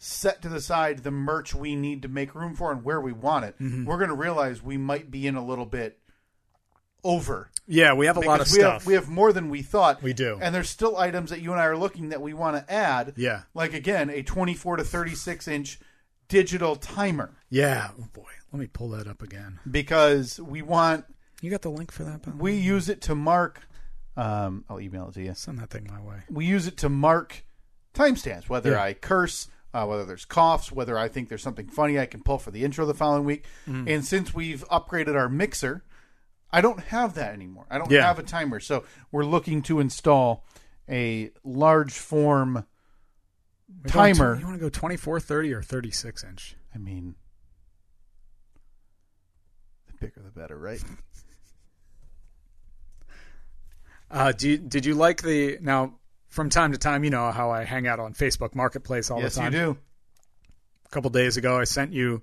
Speaker 2: set to the side the merch we need to make room for and where we want it,
Speaker 3: Mm-hmm.
Speaker 2: we're going to realize we might be in a little bit over.
Speaker 3: Yeah, we have a lot of
Speaker 2: Because we
Speaker 3: stuff.
Speaker 2: Have, we have more than we thought.
Speaker 3: We do.
Speaker 2: And there's still items that you and I are looking that we want to add.
Speaker 3: Yeah.
Speaker 2: Like, again, a 24 to 36 inch digital timer
Speaker 3: yeah. Oh boy, let me pull that up again.
Speaker 2: because we want,
Speaker 3: You got the link for that? Bill?
Speaker 2: we use it to mark, um, I'll email it to you.
Speaker 3: Send that thing my way.
Speaker 2: we use it to mark timestamps whether
Speaker 3: Yeah.
Speaker 2: i curse uh, whether there's coughs whether i think there's something funny i can pull for the intro the following week
Speaker 3: Mm-hmm.
Speaker 2: and since we've upgraded our mixer i don't have that anymore i don't
Speaker 3: Yeah.
Speaker 2: have a timer so we're looking to install a large form
Speaker 3: We go
Speaker 2: Timer.
Speaker 3: tw- you want to go 24, 30, or 36 inch?
Speaker 2: i mean the bigger the better right
Speaker 3: Uh, do you, did you like the now? From time to time, you know how I hang out on Facebook Marketplace all
Speaker 2: yes
Speaker 3: the
Speaker 2: you
Speaker 3: time.
Speaker 2: do
Speaker 3: A couple days ago, I sent you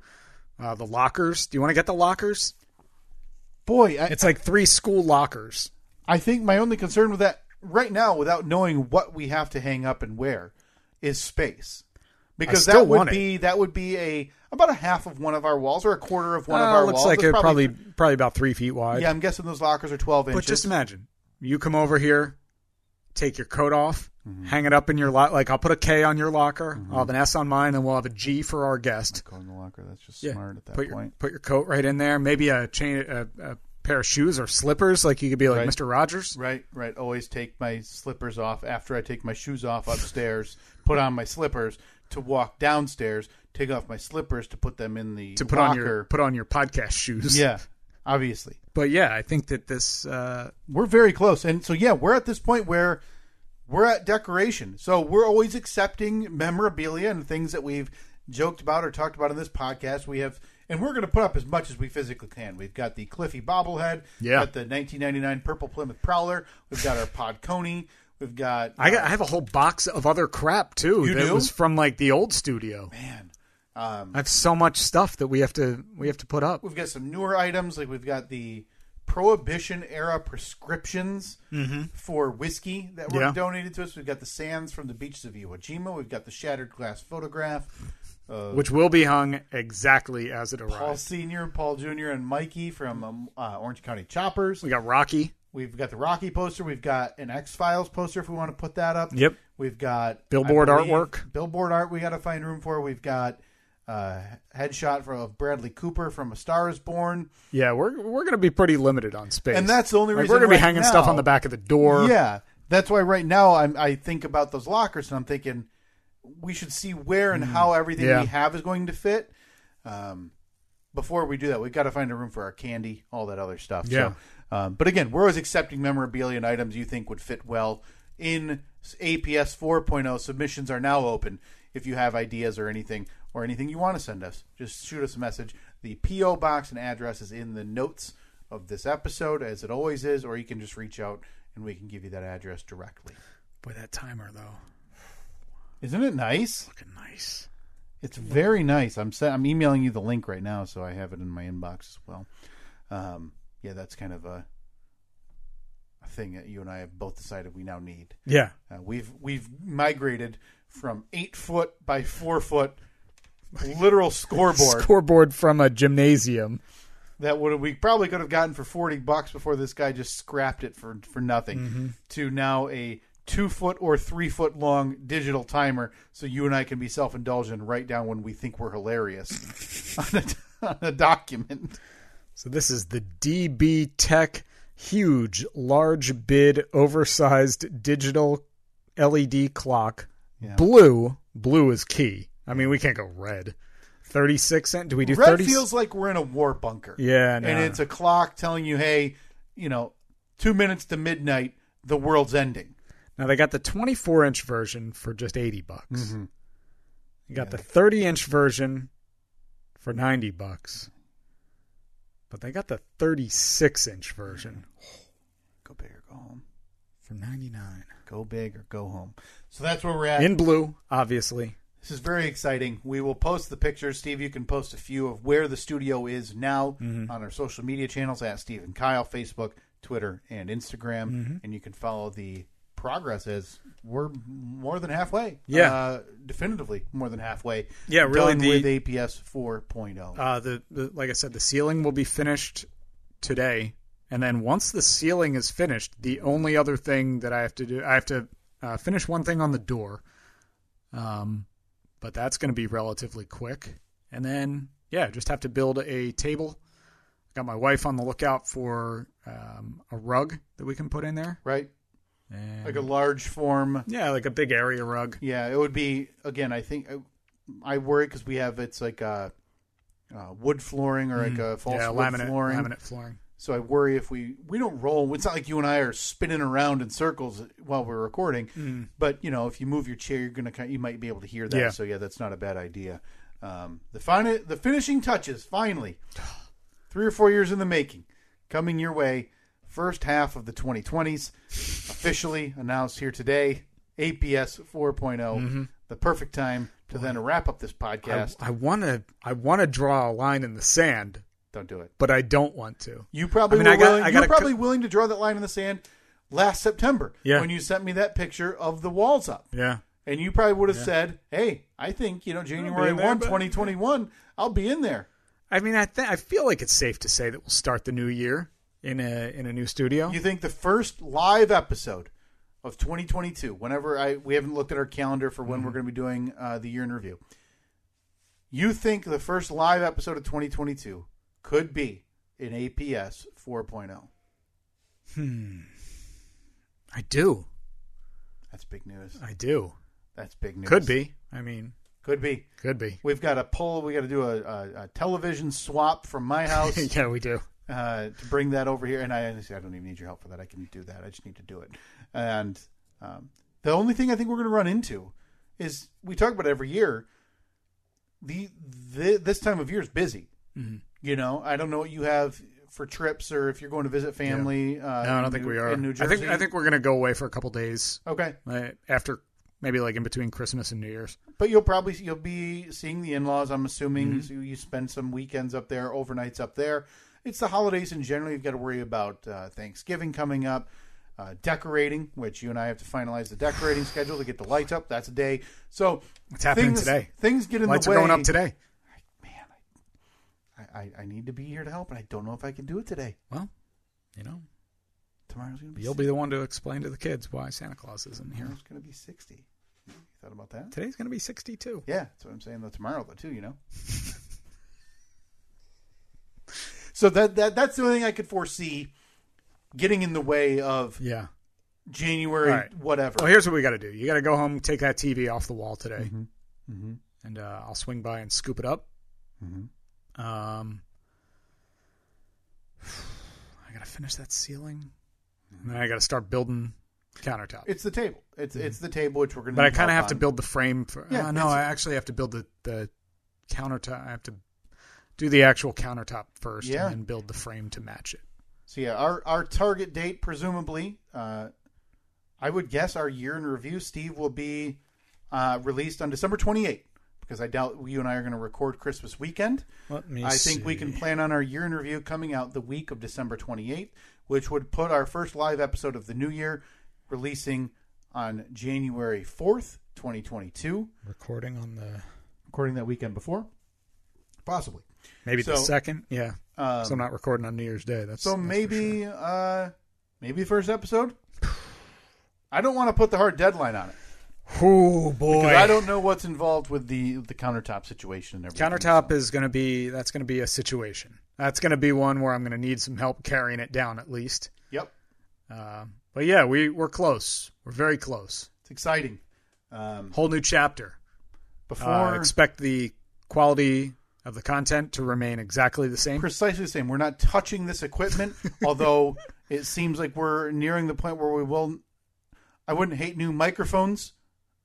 Speaker 3: uh, the lockers. Do you want to get the lockers?
Speaker 2: boy I,
Speaker 3: It's like three school lockers.
Speaker 2: I think my only concern with that right now, without knowing what we have to hang up and where, is space. Because
Speaker 3: still
Speaker 2: that would
Speaker 3: want it.
Speaker 2: be that would be a about a half of one of our walls or a quarter of one of
Speaker 3: Uh,
Speaker 2: our
Speaker 3: looks
Speaker 2: walls.
Speaker 3: like
Speaker 2: It's
Speaker 3: it probably probably about three feet wide.
Speaker 2: yeah. I'm guessing those lockers are 12
Speaker 3: But
Speaker 2: inches.
Speaker 3: just imagine you come over here, take your coat off,
Speaker 2: Mm-hmm.
Speaker 3: hang it up in your lock. Like I'll put a K on your locker, I'll have an S on mine, and we'll have a G for our guest.
Speaker 2: calling the locker. That's just
Speaker 3: Yeah,
Speaker 2: smart at that
Speaker 3: put Your,
Speaker 2: point.
Speaker 3: put your coat right in there. Maybe a chain, a, a pair of shoes or slippers. Like you could be like
Speaker 2: Right.
Speaker 3: Mister Rogers.
Speaker 2: Right, right. Always take my slippers off after I take my shoes off upstairs. [LAUGHS] put on my slippers to walk downstairs. Take off my slippers to put them in the
Speaker 3: To put
Speaker 2: locker.
Speaker 3: on your put on your podcast shoes,
Speaker 2: yeah, obviously.
Speaker 3: But yeah, I think that this uh,
Speaker 2: We're very close. And so yeah, we're at this point where we're at decoration. So we're always accepting memorabilia and things that we've joked about or talked about in this podcast. We have and we're going to put up as much as we physically can. We've got the Cliffy bobblehead,
Speaker 3: Yeah.
Speaker 2: we've got the 1999 purple Plymouth Prowler, we've got our Pod Coney, we've got uh,
Speaker 3: I got I have a whole box of other crap too
Speaker 2: You
Speaker 3: that
Speaker 2: do?
Speaker 3: was from like the old studio.
Speaker 2: man, um,
Speaker 3: I have so much stuff that we have to we have to put up.
Speaker 2: we've got some newer items like we've got the prohibition era prescriptions for whiskey that were
Speaker 3: Mm-hmm. Yeah.
Speaker 2: donated to us we've got the sands from the beaches of iwo jima we've got the shattered glass photograph of
Speaker 3: which will be hung exactly as it arrives.
Speaker 2: paul senior paul junior and mikey from um, uh, orange county choppers
Speaker 3: We got Rocky.
Speaker 2: we've got the rocky poster we've got an x-files poster if we want to put that up
Speaker 3: Yep.
Speaker 2: we've got I
Speaker 3: Billboard
Speaker 2: believe,
Speaker 3: artwork.
Speaker 2: billboard art we got to find room for we've got uh, headshot from of bradley cooper from a star is born
Speaker 3: Yeah, we're we're gonna be pretty limited on space,
Speaker 2: And that's the only
Speaker 3: Like,
Speaker 2: reason
Speaker 3: we're gonna be
Speaker 2: right
Speaker 3: hanging stuff
Speaker 2: now-
Speaker 3: on the back of the door.
Speaker 2: Yeah, that's why right now I'm, I think about those lockers and I'm thinking we should see where and how everything
Speaker 3: Mm. Yeah.
Speaker 2: we have is going to fit. Um, before we do that, we've got to find a room for our candy, all that other stuff.
Speaker 3: Yeah.
Speaker 2: So, um, but again, we're always accepting memorabilia and items you think would fit well in APS 4.0. oh. Submissions are now open. If you have ideas or anything or anything you want to send us, just shoot us a message. The PO box and address is in the notes of this episode, as it always is, or you can just reach out and we can give you that address directly.
Speaker 3: Boy, that timer though,
Speaker 2: Isn't it nice?
Speaker 3: looking nice.
Speaker 2: It's very nice. I'm se- I'm emailing you the link right now, so I have it in my inbox as well. Um, yeah, that's kind of a, a thing that you and I have both decided we now need.
Speaker 3: Yeah,
Speaker 2: Uh, we've we've migrated from eight foot by four foot literal scoreboard
Speaker 3: scoreboard from a gymnasium.
Speaker 2: that would we probably could have gotten for forty bucks before this guy just scrapped it for for nothing
Speaker 3: Mm-hmm.
Speaker 2: to now a two foot or three foot long digital timer so you and I can be self indulgent and write down when we think we're hilarious [LAUGHS] on, a, on a document.
Speaker 3: So this is the DB Tech huge, large bid, oversized digital LED clock. Blue, blue is key. I mean, we can't go red. Thirty-six cent. Do we do
Speaker 2: Red
Speaker 3: thirty?
Speaker 2: feels like we're in a war bunker.
Speaker 3: Yeah, no.
Speaker 2: and it's a clock telling you, hey, you know, two minutes to midnight, the world's ending.
Speaker 3: Now they got the 24 inch version for just 80 bucks.
Speaker 2: Mm-hmm.
Speaker 3: You got the 30 inch version for 90 bucks. But they got the 36 inch version
Speaker 2: Go big or go home.
Speaker 3: for 99
Speaker 2: Go big or go home. So that's where we're at.
Speaker 3: in blue, obviously.
Speaker 2: This is very exciting. We will post the pictures. Steve, you can post a few of where the studio is now
Speaker 3: Mm-hmm.
Speaker 2: on our
Speaker 3: Mm-hmm.
Speaker 2: social media channels at Steve and Kyle, Facebook, Twitter, and Instagram. And you can follow the progress is. We're more than halfway.
Speaker 3: Yeah.
Speaker 2: Uh, definitively more than halfway.
Speaker 3: Yeah, really
Speaker 2: Done
Speaker 3: the-
Speaker 2: with APS 4.0.
Speaker 3: Uh, the, the like I said, the ceiling will be finished today, and then once the ceiling is finished, the only other thing that I have to do, I have to uh, finish one thing on the door. Um, but that's going to be relatively quick, and then yeah, just have to build a table. Got my wife on the lookout for um, a rug that we can put in there,
Speaker 2: right?
Speaker 3: and,
Speaker 2: Like a large form.
Speaker 3: yeah, like a big area rug.
Speaker 2: Yeah, it would be again. I think I worry because we have it's like a, uh wood flooring or like a false
Speaker 3: Mm-hmm. yeah,
Speaker 2: wood
Speaker 3: laminate
Speaker 2: flooring.
Speaker 3: laminate flooring.
Speaker 2: So I worry if we we don't roll. It's not like you and I are spinning around in circles while we're recording. But you know, if you move your chair, you're gonna ki- you might be able to hear that.
Speaker 3: Mm. Yeah.
Speaker 2: So yeah, that's not a bad idea. Um, the final the finishing touches
Speaker 3: [SIGHS]
Speaker 2: finally, three or four years in the making, coming your way. First half of the 2020s, officially announced here today. APS 4 oh, the perfect time to then wrap up this
Speaker 3: Mm-hmm. I
Speaker 2: podcast.
Speaker 3: want to I want to draw a line in the sand,
Speaker 2: don't do it.
Speaker 3: but I don't want to.
Speaker 2: You probably
Speaker 3: I mean, I
Speaker 2: were
Speaker 3: got-
Speaker 2: willing,
Speaker 3: I
Speaker 2: you
Speaker 3: got
Speaker 2: were
Speaker 3: a
Speaker 2: probably willing to draw that line in the sand last September
Speaker 3: Yeah.
Speaker 2: when you sent me that picture of the walls up.
Speaker 3: Yeah.
Speaker 2: And you probably would have said, "Hey, I think, you know, January
Speaker 3: in there,
Speaker 2: 1,
Speaker 3: but-
Speaker 2: 2021, I'll be in there."
Speaker 3: I mean, I th- I feel like it's safe to say that we'll start the new year in a in a new studio.
Speaker 2: You think the first live episode of 2022, whenever I we haven't looked at our calendar for when we're
Speaker 3: Mm-hmm.
Speaker 2: going to be doing uh, the year in review. You think the first live episode of 2022 could be an APS 4.0.
Speaker 3: I do.
Speaker 2: That's big news.
Speaker 3: I do.
Speaker 2: That's big news.
Speaker 3: Could be. I mean,
Speaker 2: Could be.
Speaker 3: could be. [LAUGHS]
Speaker 2: We've got a poll. We got to do a, a, a television swap from
Speaker 3: [LAUGHS]
Speaker 2: my house
Speaker 3: yeah, we do.
Speaker 2: uh, to bring that over here. And I honestly, I don't even need your help for that. I can do that. I just need to do it. And um, the only thing I think we're going to run into is we talk about it every year. The, the this time of year is busy.
Speaker 3: Mm-hmm.
Speaker 2: You know, I don't know what you have for trips or if you're going to visit family. Uh,
Speaker 3: No, I
Speaker 2: in
Speaker 3: don't think
Speaker 2: New-
Speaker 3: we are.
Speaker 2: in New
Speaker 3: I
Speaker 2: Jersey.
Speaker 3: think I think we're gonna go away for a couple days
Speaker 2: okay,
Speaker 3: uh, after maybe like in between Christmas and New Year's.
Speaker 2: but you'll probably you'll be seeing the in-laws i'm assuming
Speaker 3: Mm-hmm.
Speaker 2: so you spend some weekends up there overnights up there it's the holidays in general you've got to worry about uh, thanksgiving coming up uh, decorating which you and i have to finalize the decorating schedule to get the lights up that's a day so
Speaker 3: It's happening
Speaker 2: things,
Speaker 3: today.
Speaker 2: things get in
Speaker 3: Lights
Speaker 2: the way
Speaker 3: are going up today.
Speaker 2: I, I, I need to be here to help and i don't know if i can do it today
Speaker 3: Well, you know,
Speaker 2: tomorrow's gonna be
Speaker 3: you'll be the one to explain to the kids why Santa Claus isn't here.
Speaker 2: tomorrow's gonna be 60 you thought about that
Speaker 3: Today's gonna be sixty-two.
Speaker 2: Yeah, that's what I'm saying. Though tomorrow, though too, you know. [LAUGHS] so that that that's the only thing I could foresee getting in the way of
Speaker 3: Yeah.
Speaker 2: January
Speaker 3: All right.
Speaker 2: whatever.
Speaker 3: Well, here's what we got to do. You got to go home, take that TV off the wall today,
Speaker 2: Mm-hmm.
Speaker 3: and uh, I'll swing by and scoop it up.
Speaker 2: Mm-hmm.
Speaker 3: Um, I got to finish that ceiling, and then I got to start building countertop.
Speaker 2: It's the table. It's it's the table which we're gonna.
Speaker 3: but I
Speaker 2: need
Speaker 3: kind of
Speaker 2: help
Speaker 3: have to
Speaker 2: on.
Speaker 3: build the frame for.
Speaker 2: Yeah,
Speaker 3: uh, no,
Speaker 2: it's-
Speaker 3: I actually have to build the the countertop. I have to do the actual countertop first,
Speaker 2: Yeah.
Speaker 3: and then build the frame to match it.
Speaker 2: So yeah, our our target date presumably, uh, I would guess our year in review, Steve, will be uh, released on December 28th because I doubt you and I are going to record Christmas weekend.
Speaker 3: Let me.
Speaker 2: I think we can plan on our year in review coming out the week of December 28th, which would put our first live episode of the new year releasing on January 4th, 2022.
Speaker 3: recording on the
Speaker 2: Recording that weekend before? Possibly.
Speaker 3: maybe the
Speaker 2: So-
Speaker 3: second. Yeah.
Speaker 2: Um,
Speaker 3: so I'm not recording on New Year's Day. That's
Speaker 2: so
Speaker 3: that's for
Speaker 2: maybe,
Speaker 3: sure.
Speaker 2: uh, maybe first episode? I don't want to put the hard deadline on it.
Speaker 3: Oh boy!
Speaker 2: 'cause I don't know what's involved with the the countertop situation and everything.
Speaker 3: Countertop is going to be that's going to be a situation. That's going to be one where I'm going to need some help carrying it down at least.
Speaker 2: Yep.
Speaker 3: Uh, but yeah, we we're close. We're very close.
Speaker 2: It's exciting. Um,
Speaker 3: Whole new chapter.
Speaker 2: before
Speaker 3: Uh, expect the quality of the content to remain exactly the same.
Speaker 2: precisely the same. We're not touching this
Speaker 3: [LAUGHS]
Speaker 2: equipment, although it seems like we're nearing the point where we will. I wouldn't hate new microphones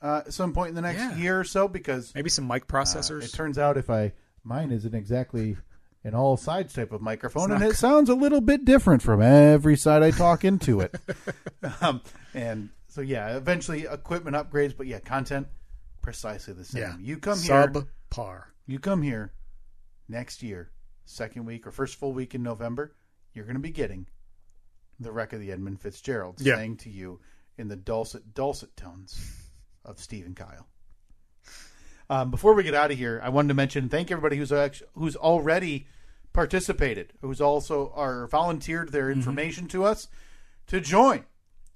Speaker 2: uh, at some point in the next
Speaker 3: Yeah.
Speaker 2: year or so because
Speaker 3: Maybe some mic
Speaker 2: uh,
Speaker 3: processors.
Speaker 2: it turns out if I mine isn't exactly an all sides type of microphone,
Speaker 3: It's
Speaker 2: and
Speaker 3: not
Speaker 2: it sounds a little bit different from every side I talk into
Speaker 3: [LAUGHS]
Speaker 2: it. um, and so yeah, eventually equipment upgrades, but yeah, content precisely the same.
Speaker 3: yeah,
Speaker 2: You come here
Speaker 3: subpar. par.
Speaker 2: you come here next year, second week or first full week in November, you're going to be getting the wreck of the Edmund Fitzgerald
Speaker 3: Yeah.
Speaker 2: saying to you in the dulcet, dulcet tones of Stephen Kyle. Um, before we get out of here, I wanted to mention thank everybody who's act- who's already participated, who's also are volunteered
Speaker 3: Mm-hmm.
Speaker 2: their information to us to join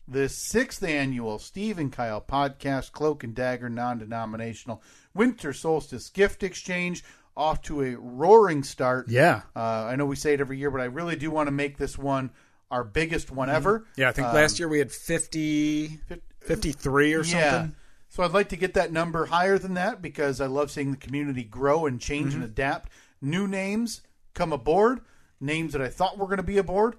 Speaker 2: the sixth annual Steve and Kyle podcast, Cloak and Dagger non denominational winter solstice gift exchange, off to a roaring start.
Speaker 3: Yeah.
Speaker 2: Uh, I know we say it every year, but I really do want to make this one our biggest one ever.
Speaker 3: Mm-hmm. Yeah, I think last year we had 50, 53 Um, or something.
Speaker 2: So I'd like to get that number higher than that because I love seeing the community grow and change and adapt. New names come aboard. Names that I thought were going to be aboard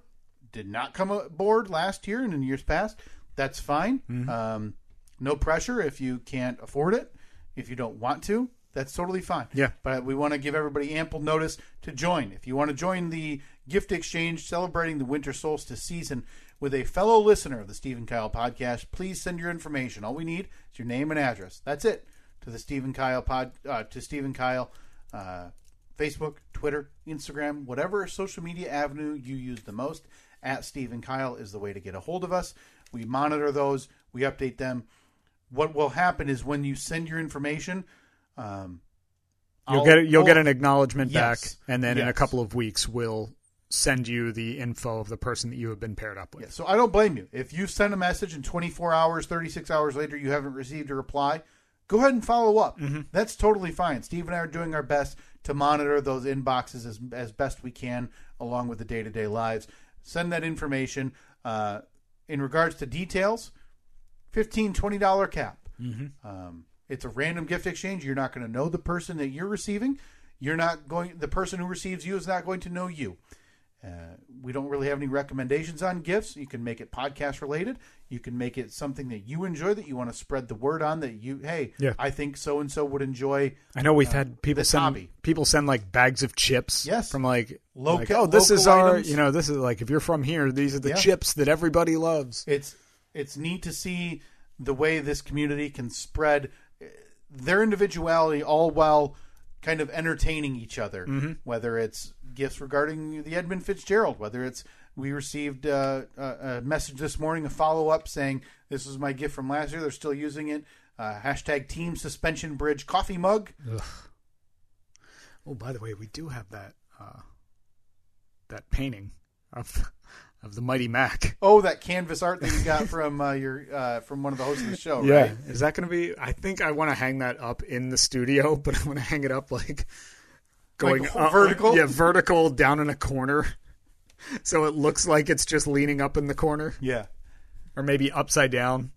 Speaker 2: did not come aboard last year and in years past. That's fine. Um, no pressure if you can't afford it. If you don't want to, that's totally fine.
Speaker 3: Yeah.
Speaker 2: But we want to give everybody ample notice to join. If you want to join the gift exchange celebrating the winter solstice season with a fellow listener of the Stephen Kyle podcast, please send your information. All we need is your name and address. That's it to the Stephen Kyle pod uh, to Stephen Kyle uh, Facebook, Twitter, Instagram, whatever social media avenue you use the most. At Stephen Kyle is the way to get a hold of us. We monitor those. We update them. What will happen is when you send your information, um,
Speaker 3: You'll
Speaker 2: I'll-
Speaker 3: get you'll get
Speaker 2: I'll-
Speaker 3: an acknowledgement
Speaker 2: Yes.
Speaker 3: back, and then in a
Speaker 2: Yes.
Speaker 3: couple of weeks we'll send you the info of the person that you have been paired up with.
Speaker 2: Yeah, so I don't blame you. If you send a message and 24 hours, 36 hours later, you haven't received a reply, go ahead and follow up.
Speaker 3: Mm-hmm.
Speaker 2: That's totally fine. Steve and I are doing our best to monitor those inboxes as, as best we can, along with the day to day lives. Send that information. Uh, in regards to details, $15, $20 cap. Um, it's a random gift exchange. You're not going to know the person that you're receiving. You're not going. The person who receives you is not going to know you. Uh, we don't really have any recommendations on gifts. You can make it podcast related. You can make it something that you enjoy that you want to spread the word on. That you, hey,
Speaker 3: Yeah.
Speaker 2: I think so and so would enjoy.
Speaker 3: I know we've had people
Speaker 2: this
Speaker 3: send
Speaker 2: hobby.
Speaker 3: people send like bags of chips.
Speaker 2: Yes.
Speaker 3: from like
Speaker 2: Loca-
Speaker 3: like, oh this is
Speaker 2: local
Speaker 3: our
Speaker 2: items.
Speaker 3: you know this is like if you're from here these are the
Speaker 2: Yeah.
Speaker 3: chips that everybody loves.
Speaker 2: It's it's neat to see the way this community can spread uh, their individuality all while kind of entertaining each other. Whether it's gifts regarding the Edmund Fitzgerald, whether it's we received uh, a, a message this morning, a follow up saying this was my gift from last year. They're still using it. Uh, hashtag Team Suspension Bridge coffee mug.
Speaker 3: Oh, by the way, we do have that uh, that painting of of the Mighty Mac.
Speaker 2: Oh, that canvas art that you got [LAUGHS] from uh, your uh, from one of the hosts of the show. right?
Speaker 3: is that going to be? I think I want to hang that up in the studio, [LAUGHS] but I want to hang it up like going
Speaker 2: Like,
Speaker 3: up-
Speaker 2: vertical?
Speaker 3: Yeah, vertical down in a corner, [LAUGHS] so it looks like it's just leaning up in the corner,
Speaker 2: yeah.
Speaker 3: or maybe upside down.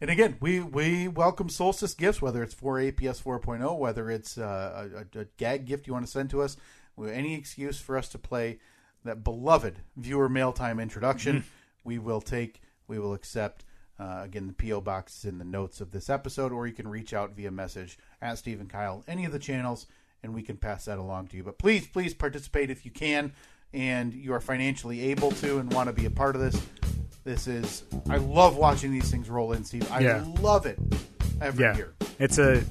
Speaker 2: And again, we, we welcome solstice gifts, whether it's for APS 4.0, oh, whether it's uh, a, a, a gag gift you want to send to us, or any excuse for us to play that beloved viewer mail time introduction, we will take, we will accept. Uh, again, the P.O. box is in the notes of this episode, or you can reach out via message at Steve and Kyle, any of the channels, and we can pass that along to you. But please, please participate if you can and you are financially able to and want to be a part of this. This is I love watching these things roll in, Steve. I
Speaker 3: Yeah.
Speaker 2: love it every
Speaker 3: Yeah,
Speaker 2: year.
Speaker 3: it's a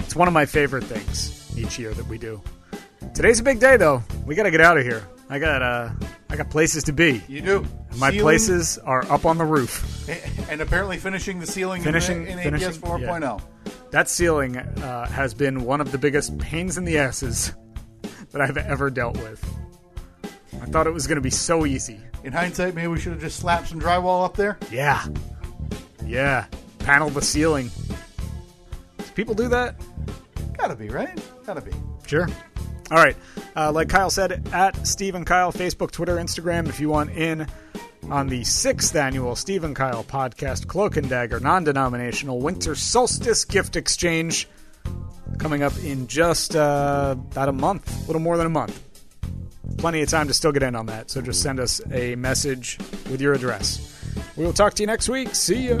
Speaker 3: it's one of my favorite things each year that we do. Today's a big day, though. We got to get out of here. I got uh, I got places to be.
Speaker 2: You do.
Speaker 3: My
Speaker 2: Ceiling-
Speaker 3: places are up on the roof.
Speaker 2: and apparently finishing the ceiling
Speaker 3: Finishing-
Speaker 2: in, the, in
Speaker 3: finishing-
Speaker 2: APS 4.0.
Speaker 3: That ceiling uh, has been one of the biggest pains in the asses that I've ever dealt with. I thought it was going to be so easy.
Speaker 2: In hindsight, maybe we should have just slapped some drywall up there.
Speaker 3: Yeah. Yeah. Panel the ceiling. Do people do that?
Speaker 2: Gotta be right. Gotta be.
Speaker 3: Sure. All right. Uh, like Kyle said, at Steve and Kyle, Facebook, Twitter, Instagram, if you want in on the sixth annual Steve and Kyle podcast, Cloak and Dagger, non denominational winter solstice gift exchange, coming up in just uh, about a month, a little more than a month. Plenty of time to still get in on that, so just send us a message with your address. We will talk to you next week. See ya.